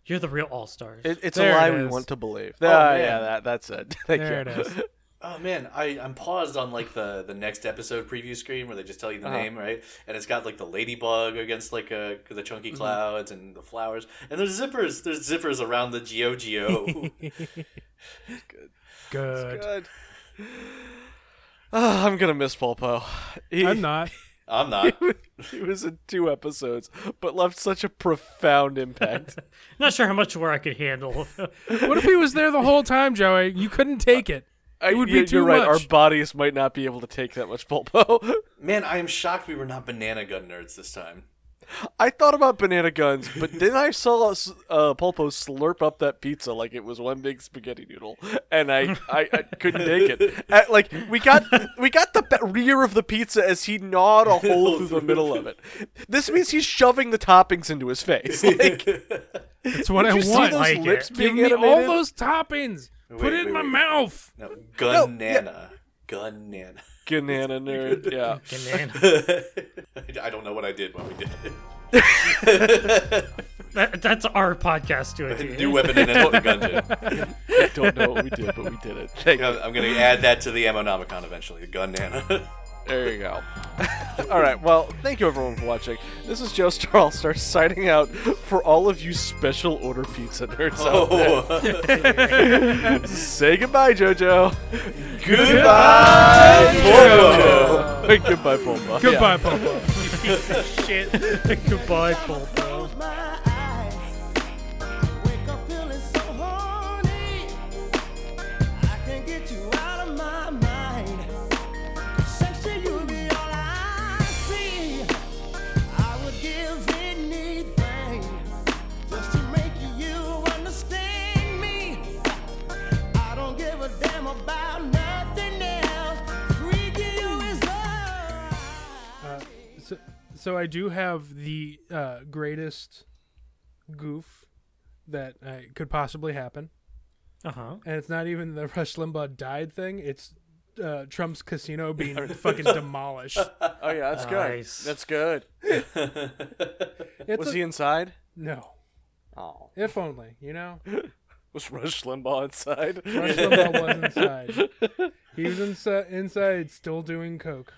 Speaker 3: You're the real all stars.
Speaker 2: It, it's
Speaker 5: There
Speaker 2: a lie
Speaker 5: it
Speaker 2: we
Speaker 5: is.
Speaker 2: want to believe. Ah,
Speaker 4: Oh,
Speaker 2: yeah, yeah,
Speaker 4: man.
Speaker 2: that, that's it. Thank
Speaker 5: There
Speaker 2: you.
Speaker 5: it is.
Speaker 4: Oh man, I, I'm paused on like the, the next episode preview screen where they just tell you the name, right? And it's got like the ladybug against like uh, the chunky clouds and the flowers, and there's zippers, there's zippers around the Geo Geo.
Speaker 5: Good.
Speaker 2: Good. Ah, I'm gonna miss Paul Poe. He,
Speaker 5: I'm not.
Speaker 4: I'm not.
Speaker 2: he was in two episodes, but left such a profound impact.
Speaker 3: Not sure how much more I could handle.
Speaker 5: What if he was there the whole time, Joey? You couldn't take it. It would be
Speaker 2: you're,
Speaker 5: too
Speaker 2: you're right.
Speaker 5: much.
Speaker 2: Our bodies might not be able to take that much Paul Poe.
Speaker 4: Man, I am shocked we were not banana gun nerds this time.
Speaker 2: I thought about banana guns, but then I saw us- uh, Paul Poe slurp up that pizza like it was one big spaghetti noodle, and I, I, I couldn't take it. Uh, like we got we got the be- rear of the pizza as he gnawed a hole through the middle of it. This means he's shoving the toppings into his face. Like,
Speaker 5: It's what I
Speaker 2: you see
Speaker 5: want.
Speaker 2: those
Speaker 3: like
Speaker 2: lips
Speaker 5: Give
Speaker 2: being
Speaker 5: me all
Speaker 2: animated?
Speaker 5: those toppings. Put it in
Speaker 4: wait,
Speaker 5: my
Speaker 4: wait.
Speaker 5: mouth.
Speaker 4: No,
Speaker 2: No,
Speaker 4: gun
Speaker 2: yeah.
Speaker 4: nana. Gun nana.
Speaker 2: banana nerd. Yeah.
Speaker 3: Fucking man.
Speaker 4: I don't know what I did when we did
Speaker 3: That, that's our podcast to it.
Speaker 4: it.
Speaker 3: dude.
Speaker 4: New weapon and another gun. dude.
Speaker 2: I don't know what we did, but we did it. Thank you.
Speaker 4: I'm, I'm gonna add that to the Ammonomicon eventually. The gun nana.
Speaker 2: There you go. all right. Well, thank you everyone for watching. This is Joe Star All Star signing out for all of you special order pizza nerds out there.
Speaker 4: oh.
Speaker 2: Say goodbye, JoJo.
Speaker 4: Goodbye, Volvo.
Speaker 2: goodbye, Bulma. Yeah.
Speaker 5: Goodbye, Popo.
Speaker 3: Shit. Goodbye, Paul. Poe.
Speaker 6: my eyes. Wake up feeling so horny. I can't get you out of my mind. Section, you be all I see. I would give anything just to make you understand me. I don't give a damn about nothing else. Freaking you is all right.
Speaker 5: So, so I do have the uh, greatest goof that uh, could possibly happen,
Speaker 3: Uh huh.
Speaker 5: and it's not even the Rush Limbaugh died thing. It's uh, Trump's casino being fucking demolished.
Speaker 2: Oh yeah, that's
Speaker 3: Nice.
Speaker 2: good. That's good.
Speaker 5: It's
Speaker 2: Was
Speaker 5: a-
Speaker 2: he inside?
Speaker 5: no.
Speaker 2: Oh,
Speaker 5: If only, you know,
Speaker 2: was Rush Limbaugh inside?
Speaker 5: Rush Limbaugh was inside. He was insi- inside, still doing coke.